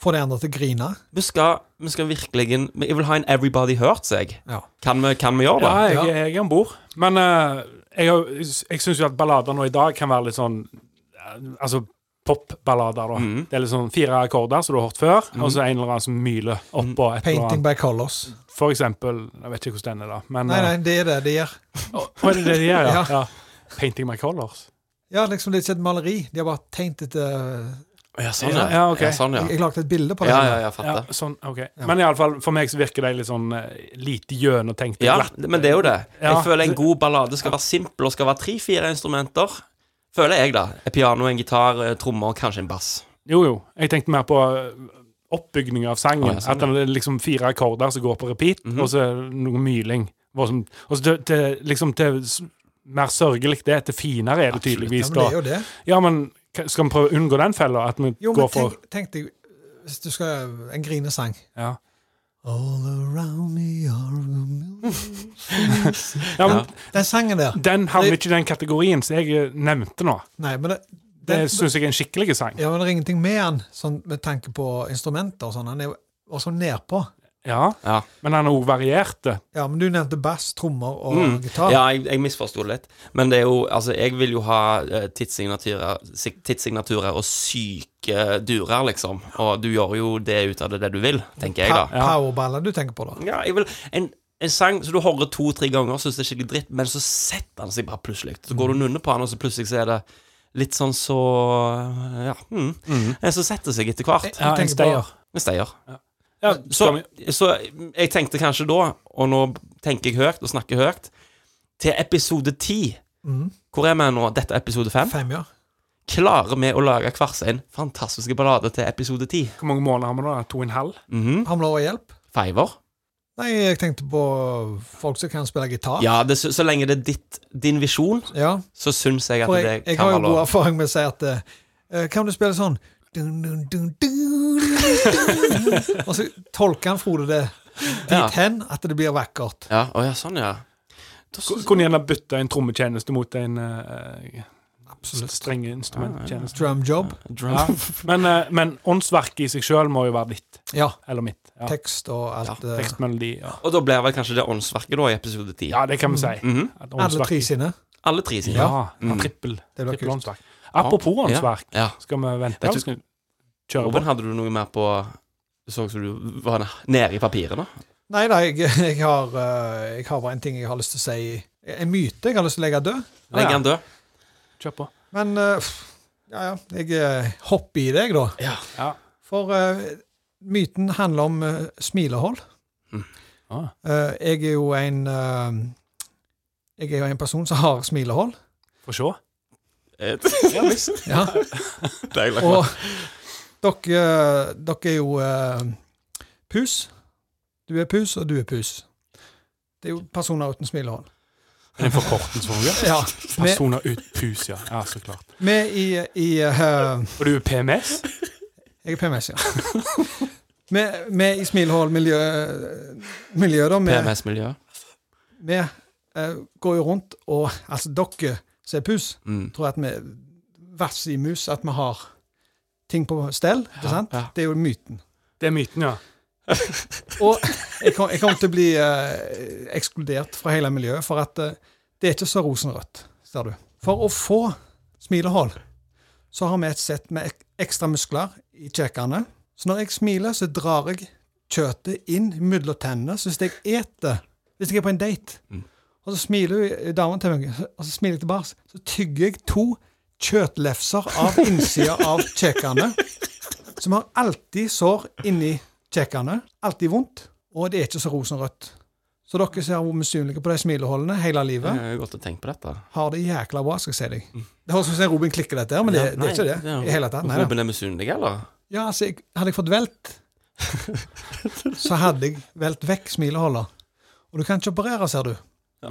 Få de andre til å grine.
Vi skal, vi skal virkelig men Jeg vil ha en Everybody Hurt, sier jeg.
Ja.
Kan vi, kan vi gjøre det?
Ja, jeg, jeg er om bord. Men eh, jeg, har- jeg syns jo at ballader nå i dag kan være litt sånn eh, Altså popballader, da.
Mm.
Det er litt sånn fire akkorder som du har hørt før, og så en eller annen som myler oppå et eller
Painting
annet.
by colors.
For eksempel Jeg vet ikke hvordan den er, da. Men
Nei,
eh,
nei, det er det det gjør.
å, er det det de gjør, ja.
<laughs> Ja.
ja. Painting my colors.
Ja, liksom det er ikke et maleri. De har bare tegnet et eh,
Ja, sånn,
Ja, ja, ok.
ja, sånn, ja.
Jeg, jeg lagde et bilde på det.
ja, ja, ja
Ja,
fatter.
sånn, ok. Men iallfall, for meg så virker de litt sånn eh, lite gjennomtenkte.
Ja,
glatt.
men det er jo det.
Ja.
Jeg føler en god ballade skal være simpel og skal være tre-fire instrumenter. Føler jeg, da. Et piano, en gitar, eh, trommer, kanskje en bass.
Jo, jo. Jeg tenkte mer på eh, oppbygning av sangen.
Å, ja, Mhm. sånn,
at det er liksom fire akkorder som går på repeat, og så er det noe myling. Og så, og så til, til, liksom til s- mer sørgelig det, til finere er det
Ja,
tydeligvis.
men det er
da.
jo det.
Ja, men k- skal vi prøve å unngå den fella? At vi
Jo, men
går for
tenk, tenk deg eh, hvis du skal eh, en grinesang.
ja.
All around me are a million
ja, men
Den sangen der.
Den havner
Det-
ikke i den kategorien som jeg eh, nevnte nå.
Nei, men det, den,
Det syns jeg er en skikkelig sang.
ja, men det er ingenting med han sånn, med tanke på instrumenter og sånn. Han er jo også nedpå.
Ja,
Ja.
Men han er òg variert. det.
Ja, men du nevnte bass, trommer og gitar.
Mm. Ja, jeg, jeg misforsto litt. Men det er jo Altså, jeg vil jo ha eh, tidssignaturer, sik- tidssignaturer og syke durer, liksom. Og du gjør jo det ut av det, det du vil, tenker jeg,
Pa
da.
Powerballer du tenker på, da.
Ja, jeg vil En, en sang som du hører to-tre ganger, syns det er skikkelig dritt, men så setter han seg bare plutselig. Så går du og nunner på han, og så plutselig så er det litt sånn så Ja. Mm. En som setter seg etter hvert.
Ja,
tenker
en
på-
stayer.
Hvis de gjør.
Ja,
Så,
skal vi-
så jeg tenkte kanskje da, og nå tenker jeg høyt og snakker høyt, til episode ti.
Mhm.
Hvor er vi nå? Dette er episode fem.
Fem, ja.
Klarer vi å lage hver sin fantastiske ballade til episode ti?
Hvor mange måneder har vi nå? To og en halv?
Mhm.
Har vi lov å hjelpe?
Fiver?
Nei, jeg tenkte på folk som kan spille gitar.
Ja, det, så, så lenge det er ditt, din visjon,
Ja,
så syns jeg at
For
det
jeg, jeg
kan
har jo
være
god
lov.
erfaring med å si at eh, Kan du spille sånn dun, dun, dun, dun, dun. Og så tolker han Frode det dit
Ja.
hen at det blir vakkert.
Ja, å, ja, sånn, ja. Da
Ku-
syns-
Kunne gjerne bytte en trommetjeneste mot en eh, streng instrumenttjeneste.
Drum job.
Drum.
Ja. Men, eh, men åndsverket i seg sjøl må jo være ditt.
Ja.
Eller mitt. Ja.
Tekst og alt. eh,
Tekstmelodi. Ja.
Og da blir vel kanskje det åndsverket da i episode ti. Mhm.
ja, det kan vi si. At
mm, alle
åndsverk-
tre sine.
Alle tre sine.
Ja. Trippel.
Det blir
trippel
kult.
åndsverk. Apropos
Ja.
åndsverk,
Ja.
skal vi vente?
Vet
eller
du-
skal vi Kjøre
Robin,
på.
hadde du noe mer på Det så ut som du var nede i papirene.
Nei da, jeg, <laughs> jeg, har, eh, jeg har bare en ting jeg har lyst til å si. En myte jeg har lyst til å legge død.
Legg
Ja.
den død.
Kjør på.
Men eh, pff, ja, ja. Jeg eh, hopper i deg, da.
Ja.
For eh, myten handler om eh, smilehold.
Mm.
Ah.
Eh, jeg er jo en eh, Jeg er jo en person som har smilehold.
Få se.
Ja, visst.
Ja.
<laughs> Det er jeg glad for.
Og dere, dere er jo eh, pus. Du er pus, og du er pus. Det er jo personer uten smilehold.
Er det en forkortelse for noe?
Ja. Vi,
Personer ut pus, ja. ja. Så klart.
vi i, i eh,
Og du er PMS?
Jeg er PMS, ja. <laughs> Vi vi i Smilhol miljø, miljø da, vi,
PMS-miljø.
vi eh, går jo rundt, og altså dere som er pus,
Mm.
tror at vi er vers i mus, at vi har ting på stell, ikke sant?
ja.
Det er jo myten.
Det er myten, ja.
Og jeg kom- jeg kommer til å bli eh, ekskludert fra hele miljøet, for at eh, det er ikke så rosenrødt, ser du. For å få smilehold, så har vi et sett med ek- ekstra muskler i kjekene. Så når jeg smiler, så drar jeg kjøttet inn mellom tennene. Så hvis jeg eter, hvis jeg er på en date, og så smiler hun damen til meg, og så smiler jeg tilbake, så tygger jeg to kjøttlefser av innsida av kjekene. Som har alltid sår inni kjekkene. Alltid vondt. Og det er ikke så rosenrødt. Så dere ser hvor misunnelige på de smileholdene hele
Jeg
livet.
har jo godt å tenke på dette.
Har det jækla bra, skal jeg si deg. Det høres ut som Robin klikker dette, her, men det, det er ikke det. I hele tatt. Nei, da.
Robin er misunnelig, eller?
Ja, altså, jeg, hadde jeg fått velt, så hadde jeg velt vekk smileholder. Og du kan ikke operere, ser du.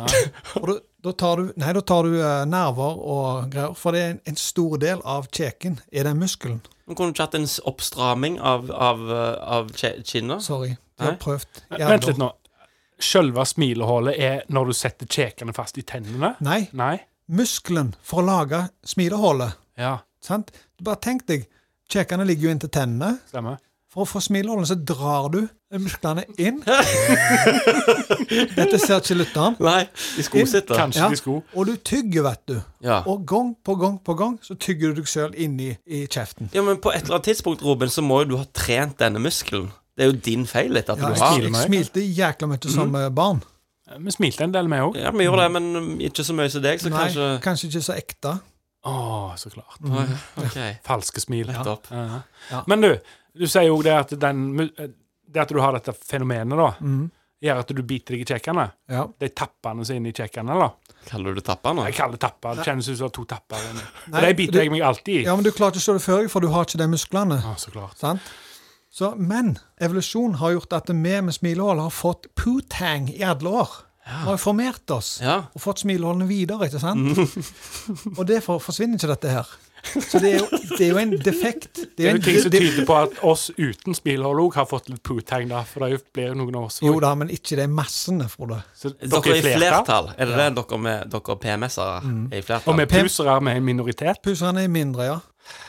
<laughs> Og da, da tar du, nei, da tar du eh, nerver og greier, for det er en, en stor del av kjeken er den muskelen.
Men kunne du ikke hatt en s- oppstramming av, av, eh, av kje- kinnet?
Sorry, jeg har
Nei.
prøvd. i alle
Vent
år.
litt nå. Sjølve smilehullet er når du setter kjekene fast i tennene?
Nei,
Nei?
muskelen for å lage smileholdet,
Ja,
sant? Du bare tenk deg, kjekene ligger jo inntil tennene.
stemmer.
For å få smileholdet så drar du musklene inn. Dette ser ikke lytteren.
Nei, i skositter.
Kanskje
Ja.
de sko.
Og du tygger, vet du.
Ja.
Og gang på gang på gang så tygger du deg sjøl inni i kjeften.
ja, men på et eller annet tidspunkt, Robin, så må jo du ha trent denne muskelen. Det er jo din feil litt at
Ja,
du
jeg,
har
smiler.
jeg smilte jækla mye som eh, barn.
Vi smilte en del, vi òg.
Ja, vi gjorde det, men um, ikke så mye som deg, så
Nei,
kanskje
ikke så ekte.
Å, så klart.
Å, ja, OK.
Falske smil.
Rett opp.
Ja.
Ja.
Men du, du sier jo det at den mu- eh, Det at du har dette fenomenet, da, gjør at du biter deg i kjekkene.
Mm. Ja.
De tappene som er inni kjekkene, eller?
Kaller du det tappa nå?
Jeg kaller det tapper. Det kjennes ut som du har to tapper. inni.
Nei,
For de biter
du-
jeg meg alltid i.
ja, men du klarer ikke å stå det før deg, for du har ikke de musklene.
Å, så klart.
Sant? Så, men evolusjon har gjort at vi med smilehull har fått poo-tang i alle år. Vi har formert oss
Ja.
og fått smilehullene videre, ikke sant? <laughs> og derfor forsvinner ikke dette her. Så det er jo, det er jo en defekt. Det
Det er
er
jo ting
jo
som
en, det,
tyder på at oss uten smilhold òg har fått litt pootegn, da, for det blir jo noen av oss.
jo da, men ikke de massene, Frode.
Så
Dere er i flertall. Er det det dere med dere PMS-ere
Mm.
er i
Og
flertall?
vi pusere med en minoritet.
Puserne er mindre, ja.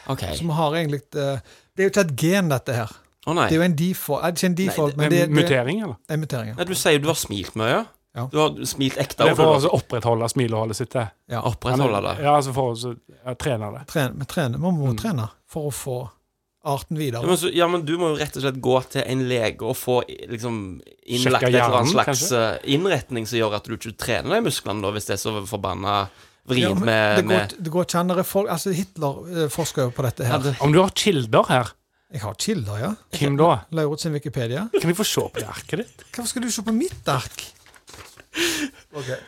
OK.
Så vi har egentlig eh, Det er jo ikke et gen, dette her.
Å nei.
Det er jo en default. eh, Ikke en default, men det,
En
det er
mutering, eller?
en mutering. ja.
Nei, Du sier du har smilt mye.
Ja.
Du har smilt
Det
ekte.
er
Og du
for
har
å opprettholde smilehullet sitt. det.
Ja.
opprettholde det.
Ja, altså for å ja, trene det.
Tren, vi trener, man må trene for å få arten
Ja
videre.
men, så, ja, men du må jo rett og slett gå til en lege og få i- liksom innlagt
Sjekke
et eller annet
hjernen,
slags eh, innretning som gjør at du ikke trener de musklene, da, hvis det er så forbanna
Ja,
vrient
men
med,
det,
med
går, det går ikke an å reform- Altså, Hitler eh, forsker jo på dette her.
Hadde-
Om du har kilder her,
Jeg har kilder, ja.
hvem da?
Lauritz sin Wikipedia.
Kan jeg få se på det arket ditt?
Hvorfor skal du se på mitt ark? Ok.
<laughs>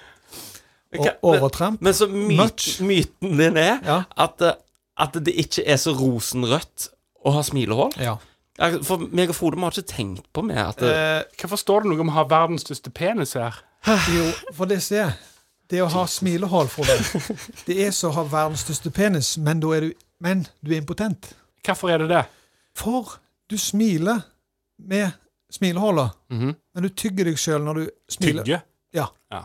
Ok,
Og
men-
overtramp.
Men så myt,
Much.
myten din er
Ja.
at, eh, at det ikke er så rosenrødt å ha smilehull.
Ja.
Ja, For meg og Frode, vi har ikke tenkt på med at eh,
Eh.
det,
Hvorfor står det noe om å ha verdens største penis her?
Jo, for det ser jeg. Det å ha smilehull, Frode,
<laughs>
det er så å ha verdens største penis, men da er du Men du er impotent.
Hvorfor er det det?
For du smiler med smilehullet,
Mhm.
men du tygger deg sjøl når du smiler.
Tygge?
Ja.
Ja.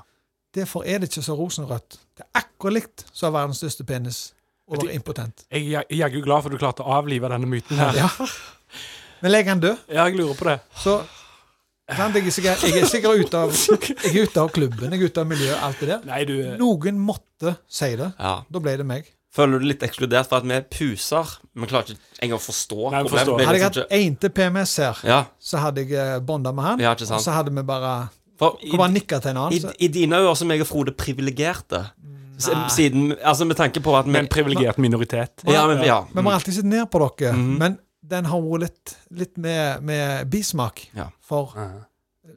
Derfor er det ikke så rosenrødt. Det er akkurat likt som å ha verdens største penis og være impotent.
Jeg er jeg er jaggu glad for du klarte å avlive denne myten her.
Ja. <laughs> Men legg han død.
Ja, jeg lurer på det.
Så sant, jeg, er sikkert, jeg er sikkert ute
<laughs>
av, jeg er ute av klubben, jeg er ute av miljøet, alt det der.
Nei, du eh,
Noen måtte si det.
ja.
Da ble det meg.
Føler du deg litt ekskludert for at vi er puser? Vi klarer ikke engang å forstå.
Nei, vi
problemet.
forstår.
Vi er
Hadde jeg
liksom
hatt én til PMS her,
ikke- Ja,
så hadde jeg bonda med han.
Ja, ikke sant.
Og så hadde vi bare
for
Hvor bare
i,
nikka til en
i,
annen. Så,
I dine øyne så er jeg og Frode privilegerte.
Mm.
S- Siden Altså med tanke på at vi
med en privilegert minoritet.
Ja, men ja. Mhm.
men vi har alltid sett ned på dere. Men den har vært litt, litt med, med bismak.
Ja.
For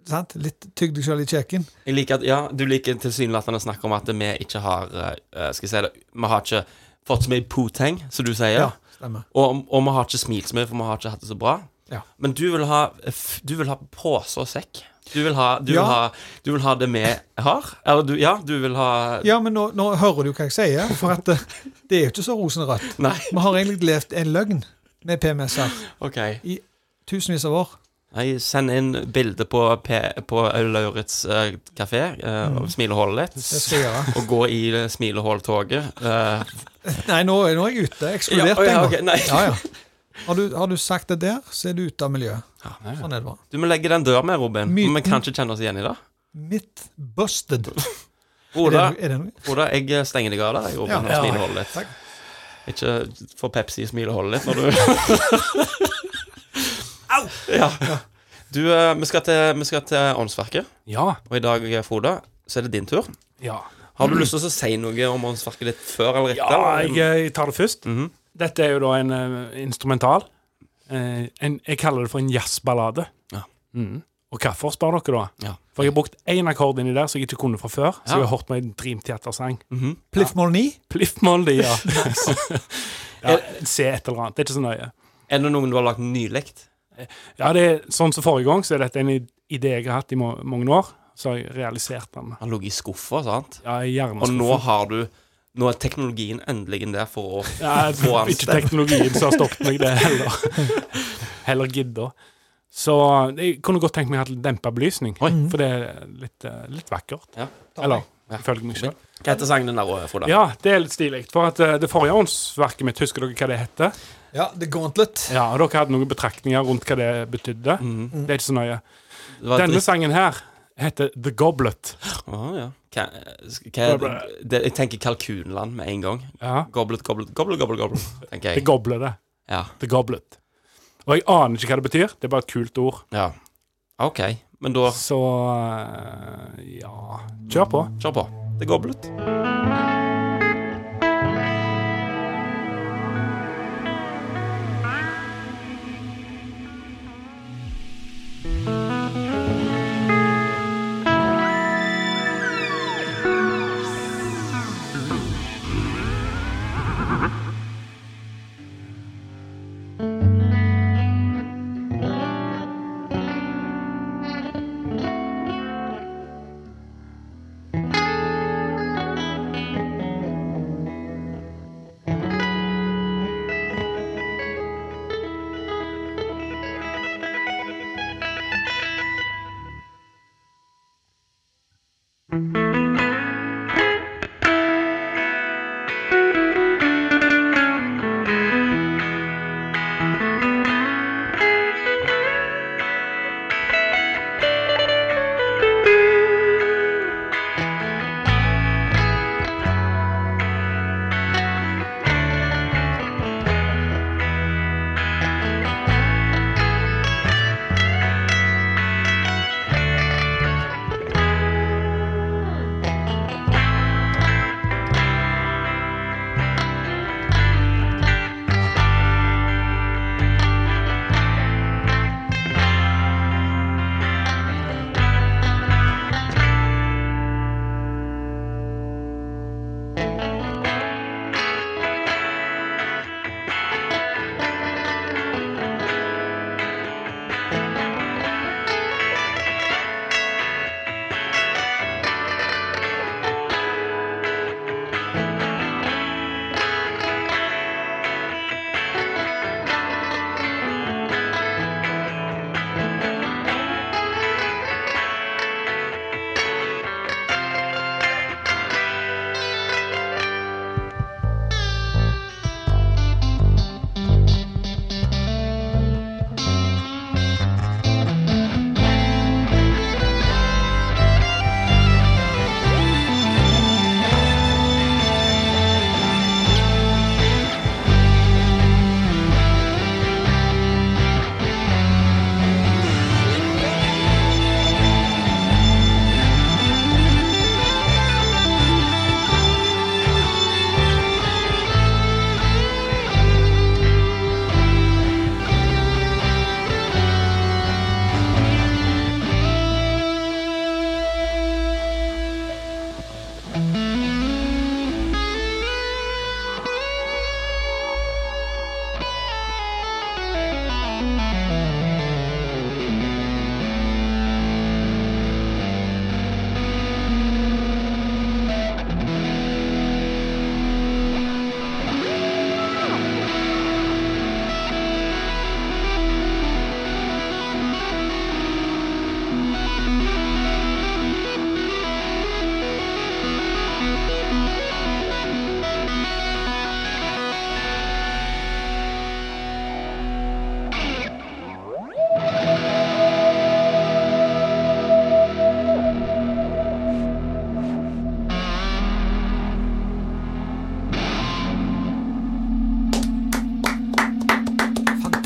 sant? Litt tygg deg sjøl i kjeken.
Jeg liker at, ja, du liker tilsynelatende å snakke om at vi ikke har eh, Skal jeg si det Vi har ikke fått så mye poteng, som du sier.
Ja, stemmer.
Og, og vi har ikke smilt så mye, for vi har ikke hatt det så bra.
Ja.
Men du vil ha f- Du vil ha pose og sekk. Du vil ha, du
Ja.
vil ha, du vil ha det vi har. Eller du Ja, du vil ha
Ja, men nå, nå hører du hva jeg sier, for at eh, det er jo ikke så rosenrødt.
<laughs> Nei.
Vi har egentlig levd en løgn med PMS-er
OK.
i tusenvis av år.
Jeg sender inn bilde på, P- på Lauritz eh, kafé, eh, og
Mm.
smilehullet
Det
ditt,
skal jeg gjøre.
<laughs> og gå i eh, smilehulltoget. eh,
Nei, nå, nå er jeg ute.
Ja,
Ekskludert
å, ja,
en
ok, nei.
gang. Ja, ja. Har du, har du sagt det der, så er du ute av miljøet. Sånn er det bare.
Du må legge den døra med, Robin.
Myten.
Vi kan ikke kjenne oss igjen i det.
Mitt busted. Er det,
Oda,
er det noe?
Oda jeg stenger deg av der, jeg, Robin, og
Ja.
smilehullet ditt.
Takk.
Ikke få Pepsi i smilehullet ditt når du Au!
<laughs>
Ja. Du, eh, vi skal til, vi skal til Åndsverket,
Ja.
og i dag, eh, Frode, så er det din tur.
ja.
Har du lyst til å si noe om åndsverket ditt før eller etter?
Ja,
eller?
jeg, jeg tar det først.
Mhm.
Dette er jo da en eh, instrumental. Eh, en, jeg kaller det for en jazzballade.
Ja.
Mhm. Og hvorfor, spør dere da?
Ja.
For jeg har brukt én akkord inni der som jeg ikke kunne fra før. Så
Ja.
jeg har hørt meg i en Dreamteater-sang.
Pliff Moll 9?
Pliff Molly,
<laughs>
ja. <laughs> ja. Se et eller annet. Det er ikke så nøye.
Er det noen du har lagt nylig?
Ja, det er Sånn som forrige gang, så er dette en i- idé jeg har hatt i ma- mange år. Så har jeg realisert den.
Han lå i skuffa, sant?
Ja, i
Og nå
hjerneskuffen.
har du Nå er teknologien endelig der for
<laughs>
å
Ja,
få han
ikke teknologien som har stoppet meg, det heller.
<laughs>
Heller gidda. Så jeg kunne godt tenkt meg å ha dempa belysning, for det er litt, eh, litt vakkert.
Ja.
Eller
Ja.
ifølge meg sjøl.
Hva heter sangen den der, eh, Frode?
Ja, det er litt stilig. For at eh, det forrige åndsverket mitt, husker dere hva det heter?
Ja, The Gauntlet.
Ja, og Dere hadde noen betraktninger rundt hva det betydde. Det er ikke så nøye.
Mhm. Det var
Denne
dritt-
sangen her heter The Goblet.
Å, ja. Hva, hva er det? det? Jeg tenker kalkunland med en gang.
Ja,
Goblet, goblet, goblet, goblet, goblet tenker
Det
jeg.
goblede.
Ja.
The Goblet. Og jeg aner ikke hva det betyr, det er bare et kult ord.
ja. OK. Men da
Så eh, ja Kjør på.
Kjør på. Det går blutt.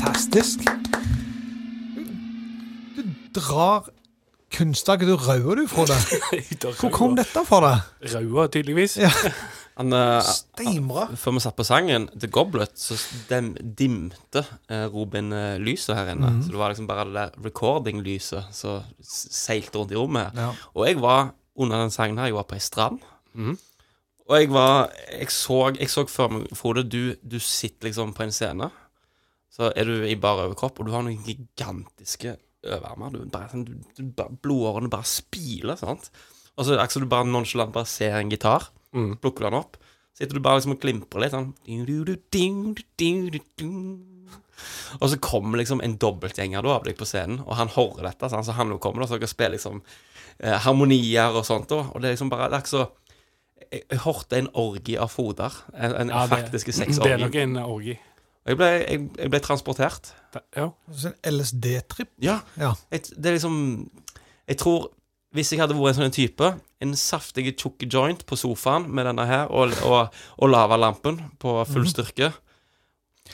faktisk Du drar kunstverket. Du rauer du fra det. Hvor kom dette fra, da?
Raua, tydeligvis.
Ja.
Han, eh,
Steinbra.
før vi satt på sangen, The Goblet, så dem, dimte eh, Robin eh, lyset her
Mm.
inne. Så det var liksom bare det der recording-lyset som s- seilte rundt i rommet. her.
Ja.
Og jeg var under den sangen her, jeg var på ei strand. Og jeg var Jeg så, jeg så før meg, Frode, du, du sitter liksom på en scene. Så er du i bar overkropp, og du har noen gigantiske overarmer. Du bare, sånn, du, du, bare, blodårene bare spiler, sant. Og så akkurat du bare nonchalant bare ser en gitar, plukker den opp. Sitter du bare liksom og klimprer litt sånn Og så kommer liksom en dobbeltgjenger da, av deg på scenen, og han hører dette, sant? så han jo kommer da, så dere spiller liksom eh, harmonier og sånt da. Og det er liksom bare det er ikke så jeg, jeg hørte en orgie av foder. En, en
Ja, det-
faktiske
Det er nok
sexorgie.
en eh, orgi.
Og jeg ble, jeg, jeg ble transportert.
Ja.
Så En LSD-tripp.
Ja.
Ja.
Jeg, det er liksom Jeg tror Hvis jeg hadde vært en sånn type En saftig, tjukk joint på sofaen med denne her, og, og, og lavalampen på
Mhm.
full styrke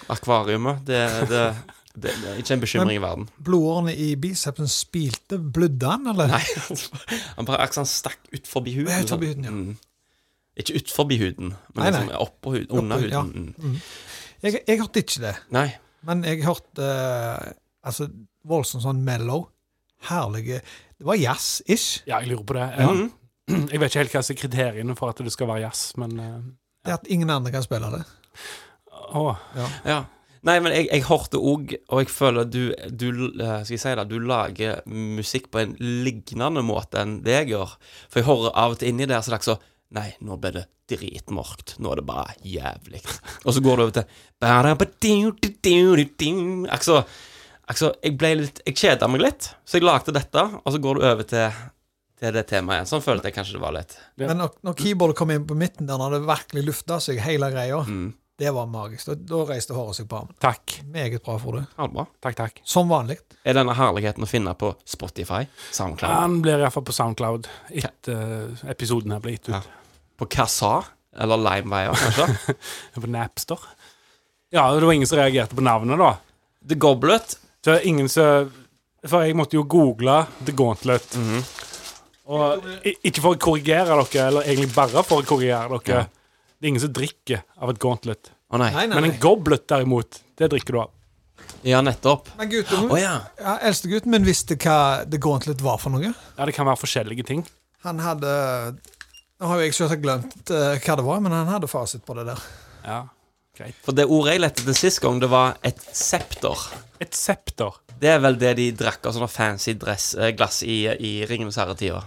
Akvariumet Det, det, det, det er ikke en bekymring i verden.
Blodårene i bicepsen spilte. Blødde han, eller?
<laughs> Nei. Han bare akkurat stakk ut forbi huden.
Ja, ut forbi huden, ja.
Mm. Ikke ut forbi huden, men
Nei,
liksom
nei.
oppå huden. Under
Oppå, ja.
huden. Mm.
Jeg, jeg hørte ikke det.
Nei.
Men jeg hørte eh, altså, voldsomt sånn mellow. Herlige Det var jazz-ish.
ja, jeg lurer på det. Um,
Mhm.
Jeg vet ikke helt hva som er kriteriene for at det skal være jazz, men eh,
Det at ingen andre kan spille det.
åh.
Ja. Nei, men jeg, jeg hørte òg, og jeg føler du, du eh, Skal jeg si det, du lager musikk på en lignende måte enn det jeg gjør. For jeg hører av og til inni der så er det ikke så Nei, nå ble det dritmørkt. Nå er det bare jævlig. <laughs> Og så går det over til ba-da-ba-du-du-du-du-du. Akkurat så akkurat så Jeg ble litt Jeg kjeda meg litt, så jeg lagde dette, og så går du over til, til det temaet igjen. Sånn følte jeg kanskje det var litt.
Ja.
Men når, når keyboardet kom inn på midten der, når det virkelig lufta seg, hele greia, det var magisk. Da, da reiste håret seg på armen.
Takk.
Meget bra, Frode.
Ha det bra.
Takk, takk.
Som vanlig.
Er denne herligheten å finne på Spotify? SoundCloud?
Han blir iallfall på SoundCloud etter eh, episoden her blir gitt ut.
Ja. På Kassa, eller LimeWire,
<laughs>
kanskje.
På Napster. Ja, og det var ingen som reagerte på navnet, da.
The Goblet.
Så det er ingen som For jeg måtte jo google The Gauntlet. Og i- ikke for å korrigere dere, eller egentlig bare for å korrigere dere.
Ja.
Det er ingen som drikker av et Gauntlet.
Å nei.
Nei, nei,
Men
nei.
en goblet, derimot, det drikker du av.
Ja, nettopp.
Men gutten,
Å ja.
ja, Eldstegutten min visste hva The Gauntlet var for noe.
Ja, det kan være forskjellige ting.
Han hadde Nå har jo jeg selvsagt glemt eh, hva det var, men han hadde fasit på det der.
Ja.
For det ordet jeg lette til sist gang, det var et septer.
Et septer.
Det er vel det de drakk av sånne fancy dress, eh, glass i, i Ringenes herre-tida.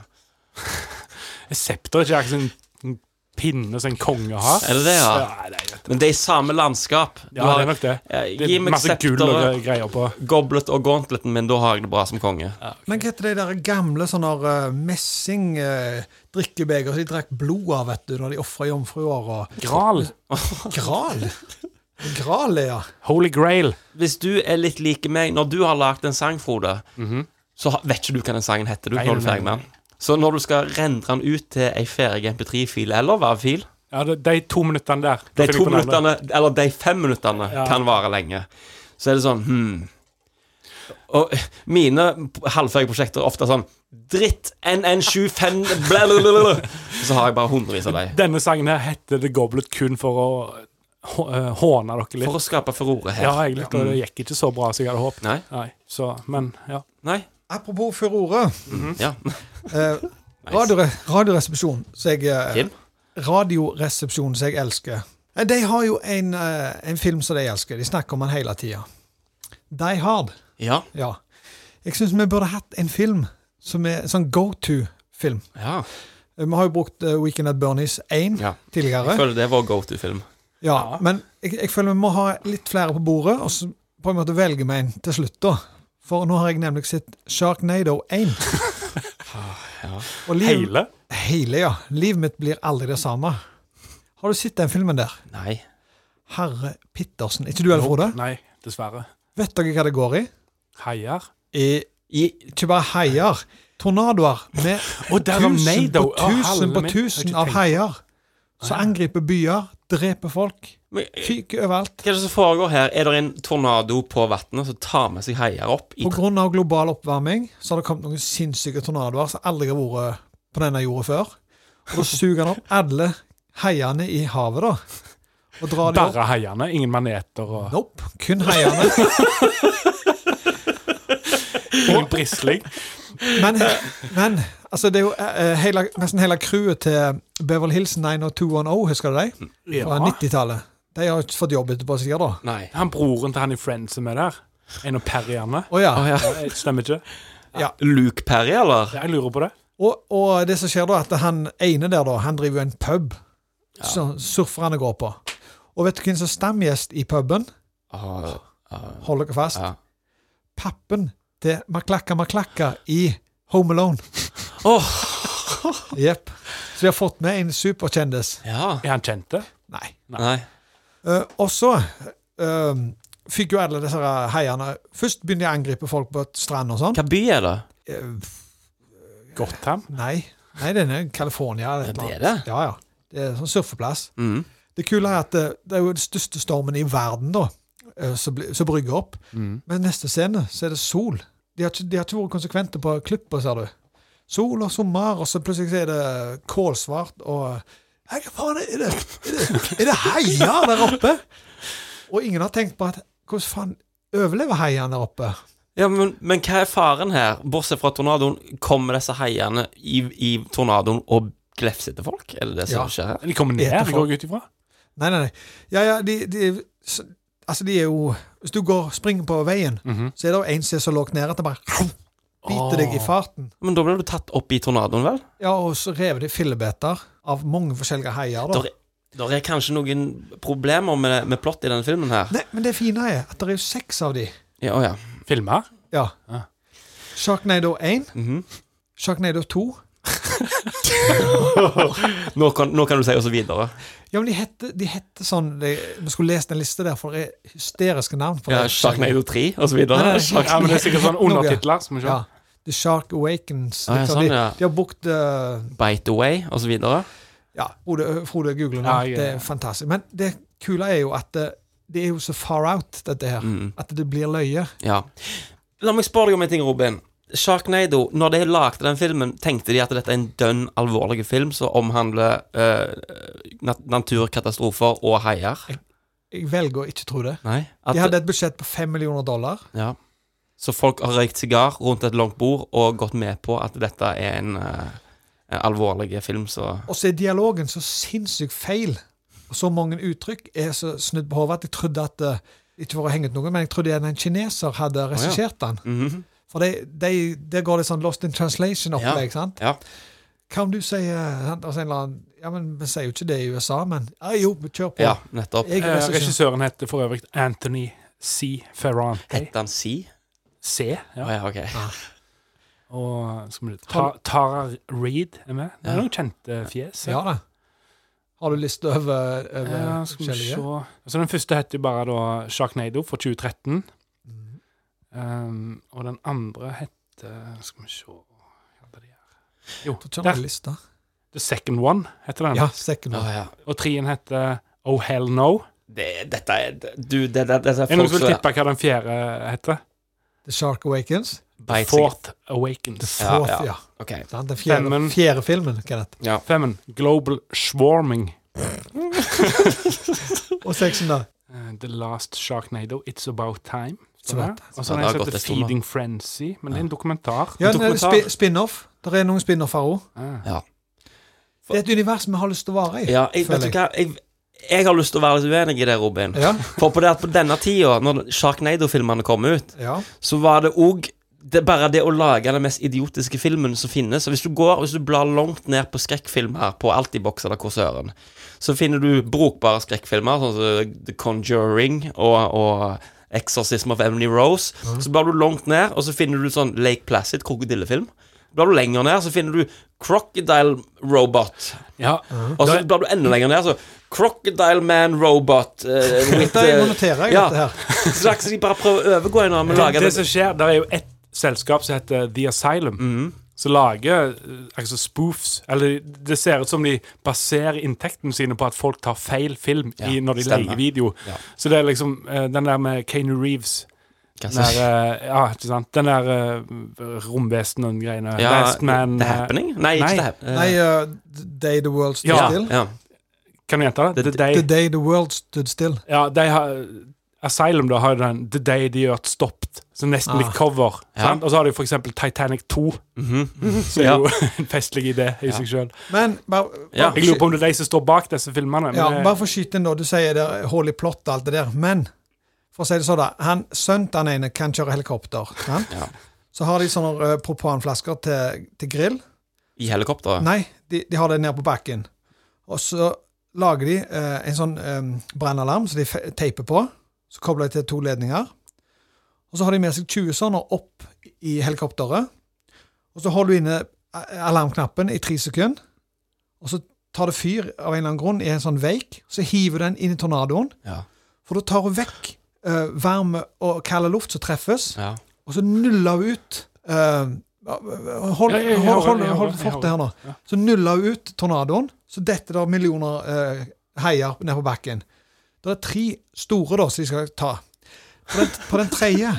Et septer er ikke akkurat sånn en pinne som en konge har.
Er det det, ja?
nei, det er,
Men det er i samme landskap. Du
ja, det er nok det.
Eh,
Det
gi
er
meg
masse gull og
septeret,
greier på.
goblet og gauntleten min, da har jeg det bra som konge.
Men hva heter de der gamle sånne eh, messing eh, drikkebeger som de drakk blod av, vet du, når de ofra jomfruer og
Gral.
Gral! Gral, ja.
Holy Grail.
Hvis du er litt like meg Når du har lagd en sang, Frode, så ha- vet ikke du hva den sangen heter du,
Mhm. Nei,
når du er
nei,
ferdig
nei.
med den. Så når du skal rendre den ut til ei ferdig MP3-fil, eller hva fil
Ja, det, de to minuttene der. Da finner
De
jeg
to
på navnet.
minuttene, eller de fem minuttene,
Ja.
kan vare lenge. Så er det sånn hmm. Og mine p- halvferdige prosjekter er ofte sånn Dritt NN75 blablabla. Så har jeg bare hundrevis av dem.
Denne sangen her heter The Goblet kun for å hå- eh, håne dere litt.
For å skape furore her.
ja, egentlig. Og det gikk ikke så bra som jeg hadde håpet.
Nei?
Nei, så, men ja.
Mm. Nei?
Apropos furore.
Mm.
Ja.
Eh, radiore, radioresepsjon, som jeg eh,
Kim?
Radioresepsjonen som jeg elsker. Eh, De har jo en, eh, en film som de elsker. De snakker om den hele tida. Die Hard.
Ja.
Ja. Jeg syns vi burde hatt en film som er sånn go to-film.
ja.
Eh, Vi har jo brukt eh, Weekend at Bernies 1
Ja. Jeg
tidligere.
føler det var go to-film.
Ja, men jeg, jeg føler vi må ha litt flere på bordet, og så på en måte velge vi en til slutt, da. For nå har jeg nemlig sett Sharknado 1.
<laughs> Ah,
Og liv-
Hele?
Hele, ja. Livet mitt blir aldri det samme. Har du sett den filmen der?
Nei.
Herre Pittersen. Ikke du heller, Frode?
Nei, dessverre.
Vet dere hva det går i?
Haier?
I, ikke bare haier. Tornadoer med
Å, der var
tusen
Nado.
på
Å,
tusen på
helvete, jeg har ikke
tusen av
tenkt.
haier som angriper byer, dreper folk,
Men, eh,
fyker overalt.
hva er det som foregår her? Er det en tornado på vannet som tar med seg haier opp? I
På grunn av global oppvarming så har det kommet noen sinnssyke tornadoer som aldri har vært på denne jorda før. Og da suger han opp alle haiene i havet, da. Og drar de opp.
Bare haiene, ingen maneter og
Nope. Kun haiene.
<laughs> ingen brisling.
Men, men altså, det er jo eh, hele, nesten hele crewet til Beverly Hills 90210, husker du dem? Fra 90-tallet. De har jo ikke fått jobb etterpå, sikkert, da.
Nei.
Han broren til han i Friends som er der, en av perriene.
Å ja.
Eh, Stemmer ikke?
Luke Perry, eller?
Jeg lurer på det.
Og, og det som skjer da, at han ene der, da, han driver jo en pub som surferne går på. Og vet du hvem som er stamgjest i puben?
Åh,
Hold dere fast.
Ja.
Pappen til Maklakka Maklakka i Home Alone. Jepp. Så vi har fått med en superkjendis.
ja.
Er han kjent det?
Nei.
Nei.
Eh, og så eh, fikk jo alle disse her heierne Først begynner de å angripe folk på strand og sånn. Eh,
Hva by er det?
Gotham?
Nei. Nei, det er California. eller et eller
Ja, det er
annet. Ja, ja. Det er en sånn surfeplass.
Mm.
Det kule er at det, det er jo den største stormen i verden, da, eh, som blir- som brygger opp.
Mm.
Men neste scene så er det sol. De har ikke, de har ikke vært konsekvente på klippa, ser du. Sol og sommer, og så plutselig så er det kålsvart og Hei, hva faen er det? Er det, er det heier der oppe? Og ingen har tenkt på at hvordan faen overlever heiene der oppe?
Ja, men, men hva er faren her? Bortsett fra tornadoen, kommer disse haiene i, i tornadoen og glefser til folk? Er det det som
Ja.
skjer her?
De kommer ned,
Eter
jeg
folk.
går jeg ut ifra.
Nei, nei, nei. Ja, ja, de, de s- Altså, de er jo Hvis du går, springer på veien,
Mhm.
så er det jo en som er så lågt nede at det bare biter deg i farten.
Men da blir du tatt opp i tornadoen, vel?
Ja, og så rev de fillebeter av mange forskjellige heier. da.
Der, der er kanskje noen problemer med, med plott i denne filmen her.
Nei, men det fine er at det er jo seks av de.
Ja, å ja.
Filmer?
Ja.
Ja.
Sharknado 1,
Mhm.
Sharknado 2
nå, kan, nå kan du si også videre.
Ja, men de heter, de heter sånn de, Vi skulle lest en liste der, for det er hysteriske navn. For
Ja,
det.
Sharknado 3 og så
Nei,
videre.
nei,
Shark-
Ja, men det er sikkert sånn
Noe.
undertitler. som vi ser.
Ja. The Shark Awakens.
Ah, ja,
liksom.
sånn,
de,
ja.
de har brukt eh,
Bite Away og så videre.
Ja, Frode, Frode googler nå.
Ja, jeg-
Det er fantastisk. Men det kule er jo at det, det er jo så far out, dette her. At det blir løye.
Ja. La meg spørre deg om en ting, Robin. Sharknado, når de lagde den filmen, tenkte de at dette er en dønn alvorlig film som omhandler eh, nat naturkatastrofer og haier?
Jeg velger å ikke tro det.
Nei? At,
De hadde et budsjett på 5 millioner dollar.
ja. Så folk har røykt sigar rundt et langt bord og gått med på at dette er en, eh, en alvorlig film, så
Og så er dialogen så sinnssykt feil. Og så mange uttrykk er så snudd på hodet at jeg trodde at eh, Ikke for å henge ut noe, men jeg trodde at en kineser hadde regissert den.
Mhm.
For det de, der går det sånn lost in translation-opplegg. sant?
Ja.
Hva om du sier sant, altså en eller annen, Ja, men vi sier jo ikke det i USA, men ja, jo, kjør på.
ja, nettopp.
Jeg er
Eh,
regissør.
regissøren heter for øvrig Anthony C. Ferrante.
Hette han Si?
C, ja.
Å ja, ok.
Og skal vi, ta, Tara Reid er med. Det er noen kjente fjes.
Ja da. Har du liste over, over
Ja, Eh, skal vi se
forskjellige?
altså, Den første heter jo bare da Sharknado fra 2013.
Mhm.
Um, og den andre heter Skal vi se Hva hadde de her? Jo,
Jeg tror ikke han
der.
har lista.
The Second One heter den.
Ja, second
Å
one.
ja.
Og trien heter Oh Hell No.
Det, dette er Du, det, det, dette er
Er det noen
folk
som
som
vil tippe hva den fjerde heter?
The Shark Awakens.
biter seg-
Fourth Awakens.
Ja,
Fourth,
ja.
ja.
Ok.
Sant? Den fjerde,
Femmen.
fjerde filmen, Kenneth.
Ja.
Femmen Global Swarming.
Og seksen, da.
Uh, The Last Sharknado, It's About Time.
It's
står det.
About
Og så har
Ja, det har
jeg
gått en
sett
stund, da.
Feeding Frenzy, men det er en dokumentar.
Ja, en eh,
Dokumentar.
spi- spin-off. Det er noen spin-offer òg.
Ah.
Det er et univers vi har lyst til å vare i.
Ja, jeg,
føler
vet du hva? Jeg, jeg har lyst til å være litt uenig i det, Robin.
Ja,
For på, det, at på denne tida, når Sharknado-filmene kom ut,
ja.
så var det òg det er bare det å lage den mest idiotiske filmen som finnes. Så hvis du går, hvis du blar langt ned på skrekkfilm her, på Altibox eller Korsøren, så finner du brukbare skrekkfilmer, sånn som The Conjuring og, og Exorcism of Emily Rose.
Mm.
Så blar du langt ned, og så finner du sånn Lake Placid, krokodillefilm. Blar du lenger ned, så finner du Crocodile Robot.
Ja.
Og så blar du enda lenger ned, så Crocodile Man
<laughs>
Robot eh, with,
Dette
eh,
noterer jeg,
ja. <laughs>
dette her.
Slags de bare prøver å overgå en annen og
Det,
lage
det
det. Mhm.
som skjer, det er jo ett selskap som heter The Asylum. som lager eh, altså spoofs. Eller det ser ut som de baserer inntektene sine på at folk tar feil film i,
Ja,
når de
stemmer.
leier video.
Ja.
Så det er liksom eh, den der med Kane Reeves.
Hva
Den der,
så-
eh, ja, ikke sant? Den der eh, romvesen og den greiene.
ja,
Last Man
The
eh,
Happening? Nei,
nei.
ikke The Happening.
Nei, uh, The Day The World Stood
Ja.
Still.
ja.
Kan du gjenta det?
The-
The, Day.
The Day The World Stood Still.
ja, de har, Asylum da har jo den The Day The Earth Stopped, som nesten litt cover.
Ah. Ja. Mhm.
Sant? Og så har de for eksempel Titanic 2, <laughs> som er
Ja.
jo en festlig idé i seg sjøl.
Men bare,
Ja.
Jeg lurer på om det er de som står bak disse filmene. Men
ja,
det-
bare for å skyte inn, da. Du sier det er hull i plott og alt det der. Men for å si det sånn, da. Han, sønnen til han ene kan kjøre helikopter. sant?
Ja.
Så har de sånne eh, propanflasker til, til grill.
I helikopteret?
Nei, de, de har det nede på bakken. Og så lager de eh, en sånn eh, brannalarm som de fe- teiper på. Så kobler de til to ledninger. Og så har de med seg 20 sånne opp i helikopteret. Og så holder du inne a- alarmknappen i tre sekunder. Og så tar det fyr av en eller annen grunn i en sånn veik. Så hiver du den inn i tornadoen.
Ja.
For da tar hun vekk eh, varme og kald luft som treffes.
ja.
Og så nulla hun ut eh, Hold,
Ja, ja, ja,
hold, hold,
ja, ja,
hold
ja,
fortet
ja.
her nå. Så nulla hun ut tornadoen. Så detter det millioner eh, heier ned på bakken. Det er tre store da, som de skal ta. På den, på den tredje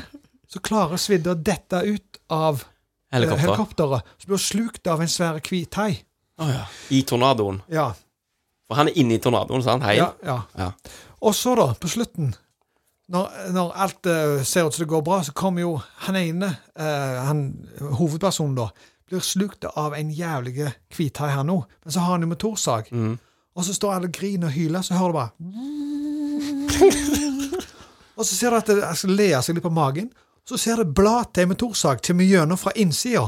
så klarer Svidde å dette ut av eh,
Helikopter.
helikopteret. Så blir hun slukt av en svær hvit hai.
I tornadoen.
Ja,
For han er inne i tornadoen, sant? Hei.
ja, ja.
Ja.
Og så, da, på slutten, når, når alt eh, ser ut som det går bra, så kommer jo han ene, eh, han hovedpersonen, da, blir slukt av en jævlig hvithai, han òg. Men så har han jo motorsag. Og så står alle og griner og hyler, så hører du bare <laughs> Og så ser du at det altså, ler seg litt på magen. Så ser du blad til en motorsag kommer gjennom fra innsida.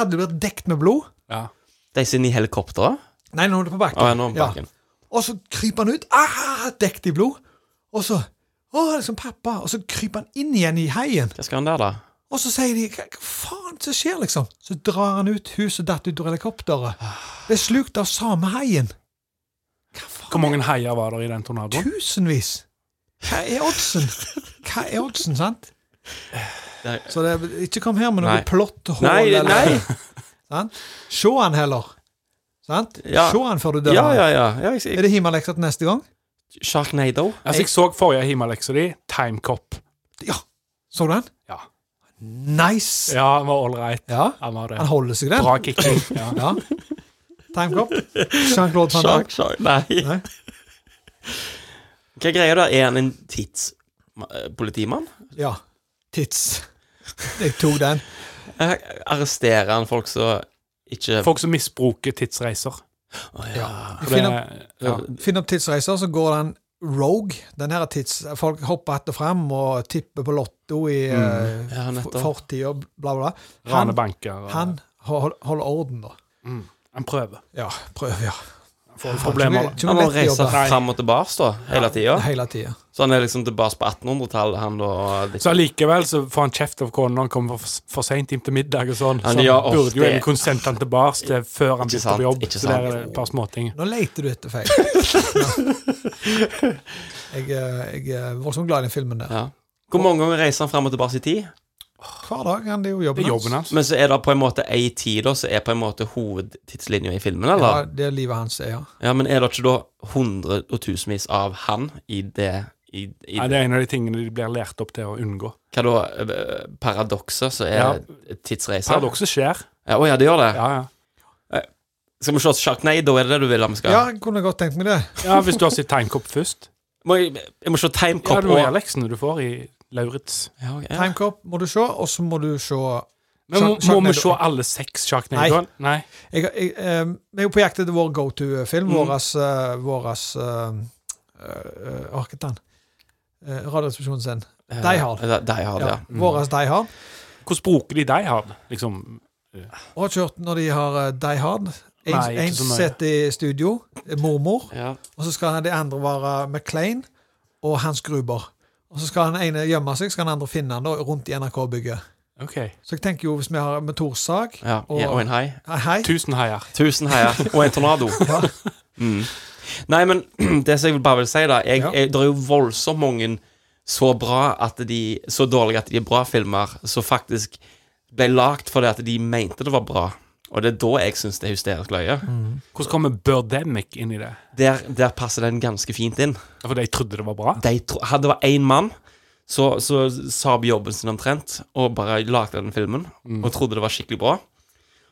Alle blir dekt med blod.
ja.
De er inne i helikopteret?
Nei, nå er det på bakken.
Å, ja, nå er det på bakken.
Og så kryper han ut, ah, dekt i blod. Og så Å, det er som pappa. Og så kryper han inn igjen i heien.
Hva skal han der, da?
Og så sier de Hva hva faen som skjer, liksom? Så drar han ut huset datt ut av helikopteret. Ble slukt av samme heien. Hva faen?
Hvor mange haier var det i den tornadoen?
Tusenvis. Hva er oddsen? Hva er oddsen, sant?
Det
Så det, er- ikke kom her med noe
Nei.
plott hull.
Nei,
eller- <laughs>
nei.
Sant? Se han heller. Sant?
Ja.
Se han før du dør.
Ja, ja, ja. ja jeg,
Er
jeg,
det himaleksa til neste gang?
Sharknado?
Altså, jeg så forrige himaleksa di, Time Cop.
Ja. Så du den?
Ja,
Nice!
ja han var all right.
Ja,
Han var det.
han holder seg den.
Bra kicking. Ja.
Ja. Timecop. Jean-Claude van Damme.
Shark, shark. Nei.
Nei.
Hva greier da? Er han en eh, tidspolitimann?
Ja. Tits. Jeg tok den.
Eh, Arresterer han folk som ikke
Folk som misbruker tidsreiser.
Å, ja.
For
Finn
det- ja.
Finn opp tidsreiser, så går den rogue. Den her er tids... Folk hopper att og frem og tipper på Lotto i mm.
Ja, nettopp.
fortida, bla, bla, bla.
Rane
Han,
banker. og-
han hol- holder orden, da.
Han prøver.
Ja, prøv, ja.
Får problemer. da.
Han
må
må reise fram og tilbake da, hele tida.
Hele tida.
Så han er liksom tilbake på 1800-tallet, han da. og litt-
Så allikevel så får han kjeft av kona når han kommer for, for seint hjem til middag og sånn.
Han
Så
gjør
han burde
ofte
jo
det.
egentlig kunne sendt han tilbake til før han
Ikke
begynte
sant,
på jobb.
ikke
Så der er
sant.
det et par småting.
Nå leter du
<laughs>
etter feil. Ja. Jeg, eh, jeg er voldsomt glad i den filmen der.
Ja. Hvor mange ganger reiser han fram og tilbake i tid?
Hver dag kan det jo
Det
jobben
er jobben altså. hans.
Men så er det på en måte ei tid da, som er på en måte hovedtidslinja i filmen,
Ja,
eller?
det er livet hans, ja.
Ja, Men er det ikke da hundre og tusenvis av han i det i, i
Ja, det er en av de tingene de blir lært opp til å unngå.
Hva da? eh, Paradokser som er tidsreiser?
Paradokset skjer.
Ja, å ja, det gjør det?
Ja, ja.
Skal vi se Sharknado, er det det du vil at vi skal?
Ja, jeg kunne godt tenkt meg det.
ja, Hvis du har sett Timecop først.
Må jeg, jeg må se
Ja,
Timecop
du må gjøre
og
leksene du får i Lauritz.
ja, ok, ja.
Timecop må du se, og så må du se
Men må, må
Sharknado.
vi se alle seks Sharknadoen? Nei.
jeg, jeg, eh, Vi er jo på jakt etter vår go
Mm.
to-film. Våras, eh, våras uh, den? Eh, Radioresepsjonen sin. Die Hard.
Eh, Die Hard, ja.
Ja, Våras
Mm.
Die Hard.
Hvordan bruker de Die Hard? Liksom,
Og kjørt når de har eh, Die Hard. En,
Nei, ikke
en
så nøye.
sitter i studio, eh, mormor,
ja.
og så skal de andre være McLean og Hans Gruber. Og så skal den ene gjemme seg, så skal den andre finne han da, rundt i NRK-bygget.
OK.
Så jeg tenker jo, hvis vi har motorsag
Ja,
og,
ja, og en hai.
Hei, hei.
Tusen haier.
Tusen heier. Og en tornado. mm. Nei, men <clears throat> det som jeg bare vil si, da jeg,
Ja.
jeg, Det er jo voldsomt mange så bra at de Så dårlige at de er bra filmer, så faktisk ble lagd fordi at de mente det var bra. Og det er da jeg syns det er hysterisk løye.
Hvordan kommer Birdemic inn i det?
Der, der passer den ganske fint inn.
For de trodde det var bra?
De tro, hadde det vært én mann, så, så sa de jobben sin omtrent, og bare lagde den filmen,
Mm.
og trodde det var skikkelig bra.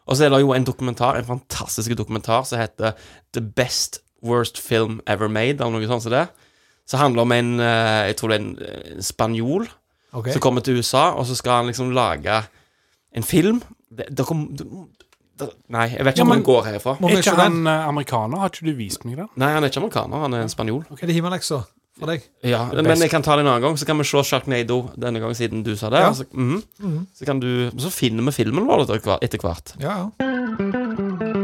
Og så er det jo en dokumentar, en fantastisk dokumentar som heter The Best Worst Film Ever Made, eller noe sånt som det. Som handler om en eh, jeg tror det er en eh, spanjol
Ok.
som kommer til USA, og så skal han liksom lage en film. Det, det kom, det, det, nei, jeg vet ikke
Ja,
om
men-
den går herfra.
Må
Er
vi
ikke
ikke
han eh, amerikaner? Har ikke du vist meg den?
Nei, han er ikke amerikaner, han er en spanjol.
Er det himmelleksa for deg?
Ja, men jeg kan ta det en annen gang, så kan vi se Sharknado denne gangen, siden du sa det.
Ja.
Altså, mhm. Så kan du Så finner vi filmen vår etter hver- etter hvert.
Ja, ja.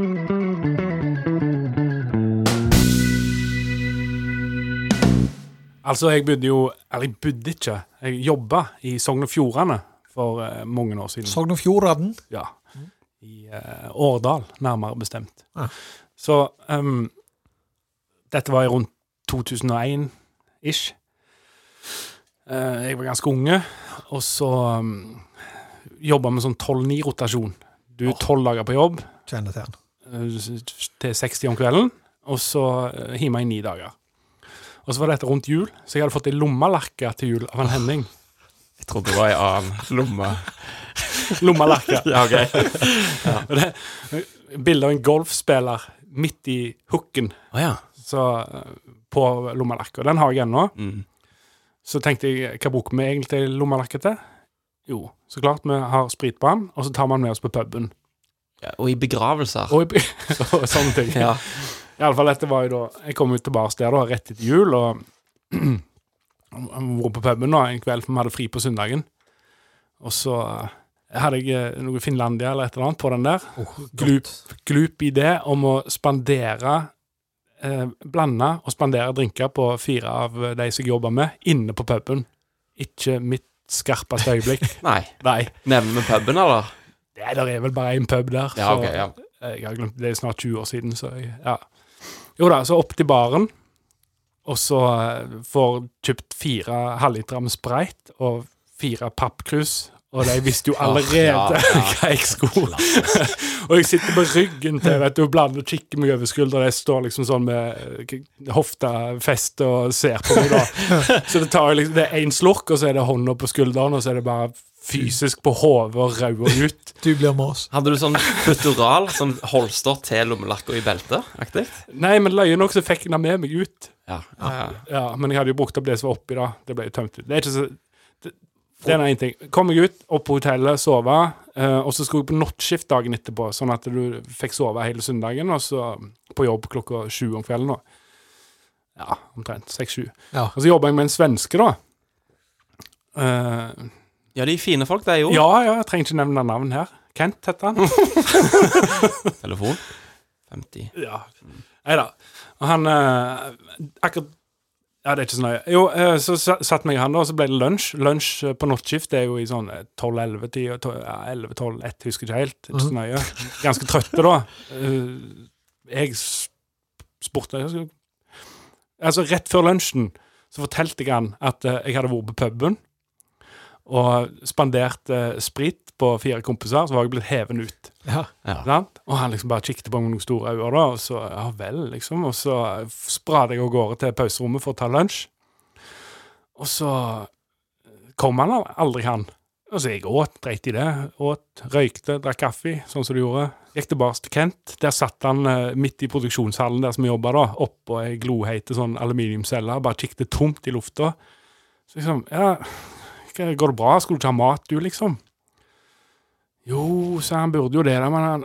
Altså, jeg bodde jo Eller, jeg bodde ikke. Jeg jobba i Sogn og Fjordane for eh, mange år siden.
Sogn og Fjordane.
Ja. I eh, Årdal, nærmere bestemt.
Ah.
Så ehm, Dette var i rundt 2001-ish. Eh, jeg var ganske unge, og så um, jobba vi sånn 12-9-rotasjon. Du er tolv dager på jobb
Kjenner til han.
eh, s- til 60 om kvelden, og så eh, hjemme i ni dager. Og så var dette rundt jul, så jeg hadde fått ei lommelerke til jul av en Henning.
Jeg trodde det var ei annen lomme.
Lommelerke.
<laughs>
<laughs>
ja, ok.
Og det er bilde av en golfspiller midt i hooken
Å ja.
så, eh, på lommelakka. Den har jeg ennå.
Mm.
Så tenkte jeg, hva bruker vi egentlig lommelakka til? Jo, så klart vi har spritbrann, og så tar man med oss på puben.
Ja, og i begravelser.
Og, i- <laughs> og sånne ting.
<laughs> Ja.
Iallfall dette var jo da Jeg kom jo tilbake der da, rett etter jul, og <clears throat> vært på puben da, en kveld, for vi hadde fri på søndagen. Og så eh, hadde jeg eh, noe Finlandia eller et eller annet på den der. glup, glup idé om å spandere eh, Blande og spandere drinker på fire av de som jeg jobber med, inne på puben. Ikke mitt skarpeste øyeblikk.
<laughs> Nei.
Nei.
Nevner vi puben, eller?
Det der er vel bare én pub der.
Ja,
så-
ok. ja.
Eh, jeg har glemt, Det er snart 20 år siden, så jeg, ja. Jo da, så opp til baren, og så eh, får kjøpt fire halvliter med sprite og fire pappkrus. Og de visste jo allerede
<laughs> ja, ja.
<laughs> hva jeg skulle. <laughs> og jeg sitter på ryggen til vet du, og blander og kikker meg over skuldra. Jeg står liksom sånn med eh, hoftefeste og ser på meg, da.
<laughs>
Så det tar jo liksom, det er én slurk, og så er det hånda på skulderen, og så er det bare fysisk på hodet og rauer ut.
Du blir med oss.
Hadde du sånn futteral, sånn holster til lommelakka i beltet? Aktig?
Nei, men løye nok så fikk jeg den med meg ut.
Ja. ja, ja.
Ja, men jeg hadde jo brukt opp det som var oppi da. Det ble jo tømt ut. Det er ikke så... Det, det er en ting. Kom meg ut, opp på hotellet, sove, eh, og så skulle jeg på nattskift dagen etterpå, sånn at du fikk sove hele søndagen, og så um, på jobb klokka sju om kvelden da. Ja, omtrent. Seks-sju.
Ja.
Og så jobber jeg med en svenske da. Eh,
ja, de er fine folk, de er jo.
ja, ja, jeg trenger ikke nevne navn her. Kent heter han.
Telefon. 50.
Ja. Nei da. Og han eh, Akkurat Ja, det er ikke så nøye. Jo, eh, så sa- satt meg han, da, og så ble det lunsj. Lunsj eh, på nattskift det er jo i sånn 12-11-tida. 11-12-1, husker ikke helt. Ikke så nøye. Ganske trøtte, da. Eh, Jeg s- spurte jeg skulle- Altså, rett før lunsjen så fortalte jeg han at eh, jeg hadde vært på puben. Og spandert eh, sprit på fire kompiser, så var jeg blitt heven ut.
Ja.
Sant? Og han liksom bare kikket på meg med noen store øyne, da, og så ja vel, liksom. Og så sprader jeg av gårde til pauserommet for å ta lunsj. Og så eh, kom han al- aldri, han. Og så jeg åt, dreit i det. Åt, røykte, drakk kaffe, sånn som du gjorde. Gikk tilbake til Kent. Der satt han eh, midt i produksjonshallen der som vi jobba, da. Oppå ei glohete sånn aluminiumscelle, bare kikket tomt i lufta. Så liksom, ja, hva- går det bra? Skulle du ikke ha mat, du, liksom? Jo, sa han burde jo det, da, men han,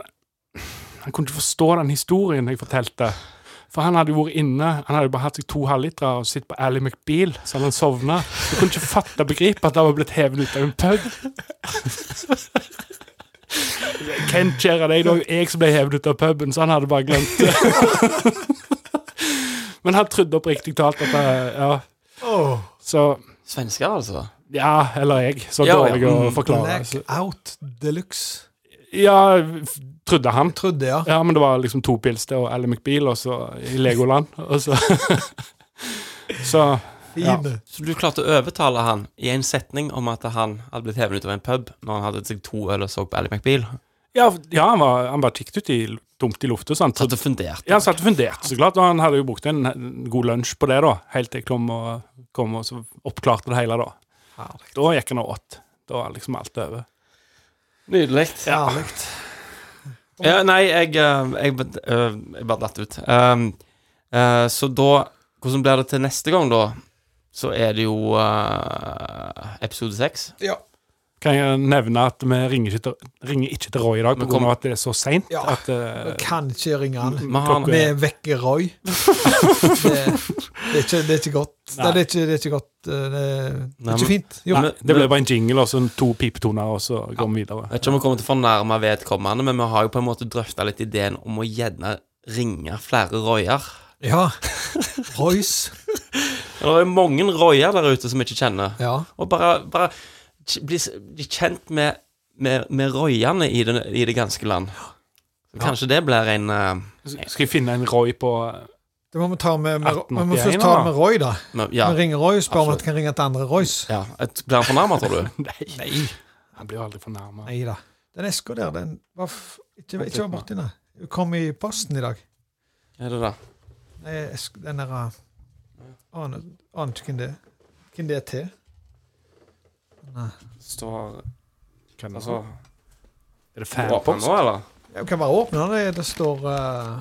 han kunne ikke forstå den historien jeg fortalte. For han hadde jo vært inne, han hadde jo bare hatt seg to halvlitere og sittet på Ally McBeal, så han hadde sovna. Jeg kunne ikke fatte og begripe at han var blitt hevet ut av en pub. Kent, kjære deg, det var jo jeg som ble hevet ut av puben, så han hadde bare glemt det. Men han trodde oppriktig talt at eh, Ja. Så
Svensker, altså.
Ja, eller jeg. Så
Ja, ja.
dårlig å
Mm.
forklare. så-
Blackout deluxe.
Ja, f- trodde han.
Trodde, ja.
Ja, men det var liksom to pils til og Ally McBeal og <laughs> så i Legoland. Og så, så
Fine.
Så du klarte å overtale han i en setning om at han hadde blitt hevet ut av en pub når han hadde seg to øl og så på Ally McBeal.
Ja, for- ja han, var, han bare kikket ut i, dumt i lufta. sant? Så-
Satt og funderte.
Ja, han satt og funderte, så klart. Og han hadde jo brukt en en god lunsj på det, da. Helt til jeg kom og, kom og så oppklarte det hele, da. Da gikk han og åt. Da var liksom alt over.
Nydelig. Ja. nei, jeg, eh, jeg, bet- eh, jeg bare datt ut. Um, eh, så da Hvordan blir det til neste gang, da? Så er det jo eh, episode seks.
Ja.
Kan jeg nevne at vi ringer ikke til, ringer ikke til Roy i dag
Men
pga.
kom-
at det er så seint
Ja.
at eh,
Kan ikke ringe han.
Ah, Vi har
Klokke-
en
Vi vekker
<laughs>
Roy. det, det, er ikke, det er ikke godt. Det er ikke, det er ikke godt. eh, Det, det
Nei,
er ikke
men-
fint. Jo.
Nei,
men-
det ble bare en jingle og så to pipetoner, og så går vi videre.
Jeg vet ikke om vi kommer til å fornærme vedkommende, men vi har jo på en måte drøfta litt ideen om å gjerne ringe flere royer.
Ja. Royce.
Det er jo mange royer der ute som vi ikke kjenner.
Ja.
Og bare, bare k- bli, s- bli kjent med, med, med royene i det, i det ganske land. Så kanskje det blir en eh,
Skal jeg finne en Roy på
Det må vi ta med, med,
1881
vi må først ta
da.
med Roy, da.
men- Ja.
Vi ringer Roy og spør om
absolutt.
at vi kan ringe til andre Royce.
ja. Et- Blir han fornærma, tror du?
Nei. Han blir jo aldri fornærma.
Nei da. Den eska der, den var f ikke, ikke var borti, nei. Den kom i posten i dag.
Er det det?
Nei, esk, den der uh, Aner aner ikke hvem det er. Hvem det er til.
Står
Kan det-
altså
Er det
åpen
fanpost?
nå, eller?
Jeg kan bare åpne den. Det- Det står uh,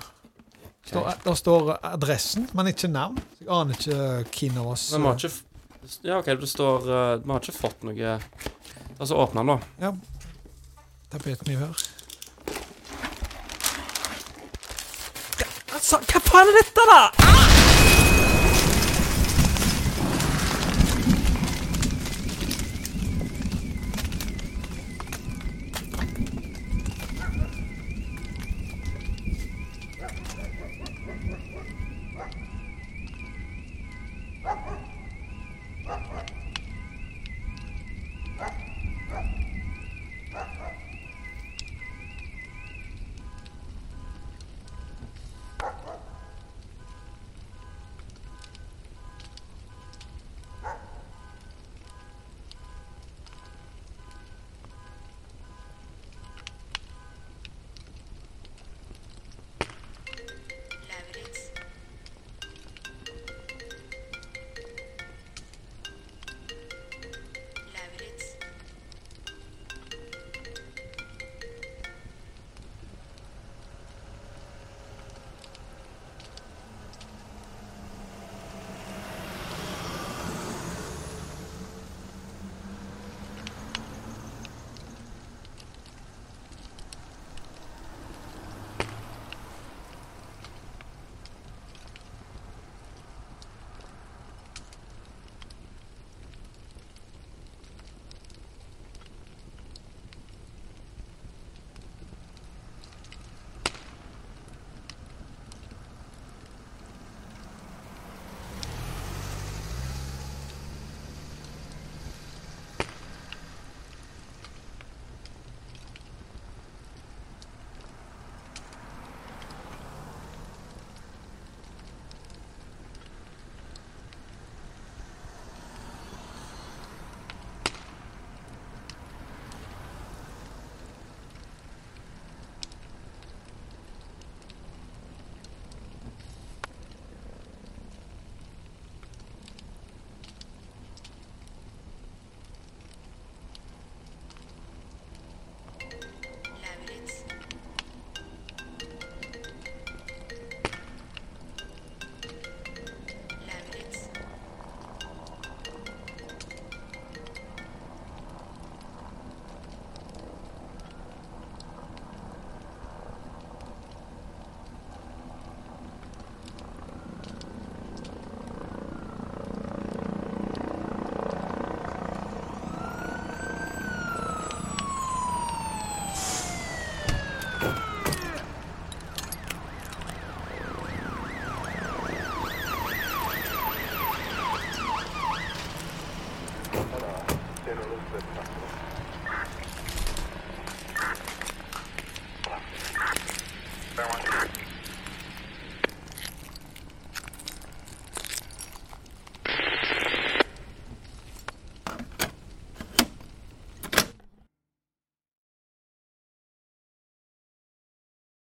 står, eh, Der står adressen, men ikke navn. Så Jeg aner ikke eh, hvem av oss
Men vi har ikke f- Ja, OK, det står eh, Vi har ikke fått noe Altså, åpne den, da.
ja. Tapetkniv her.
Altså, hva faen er dette, da?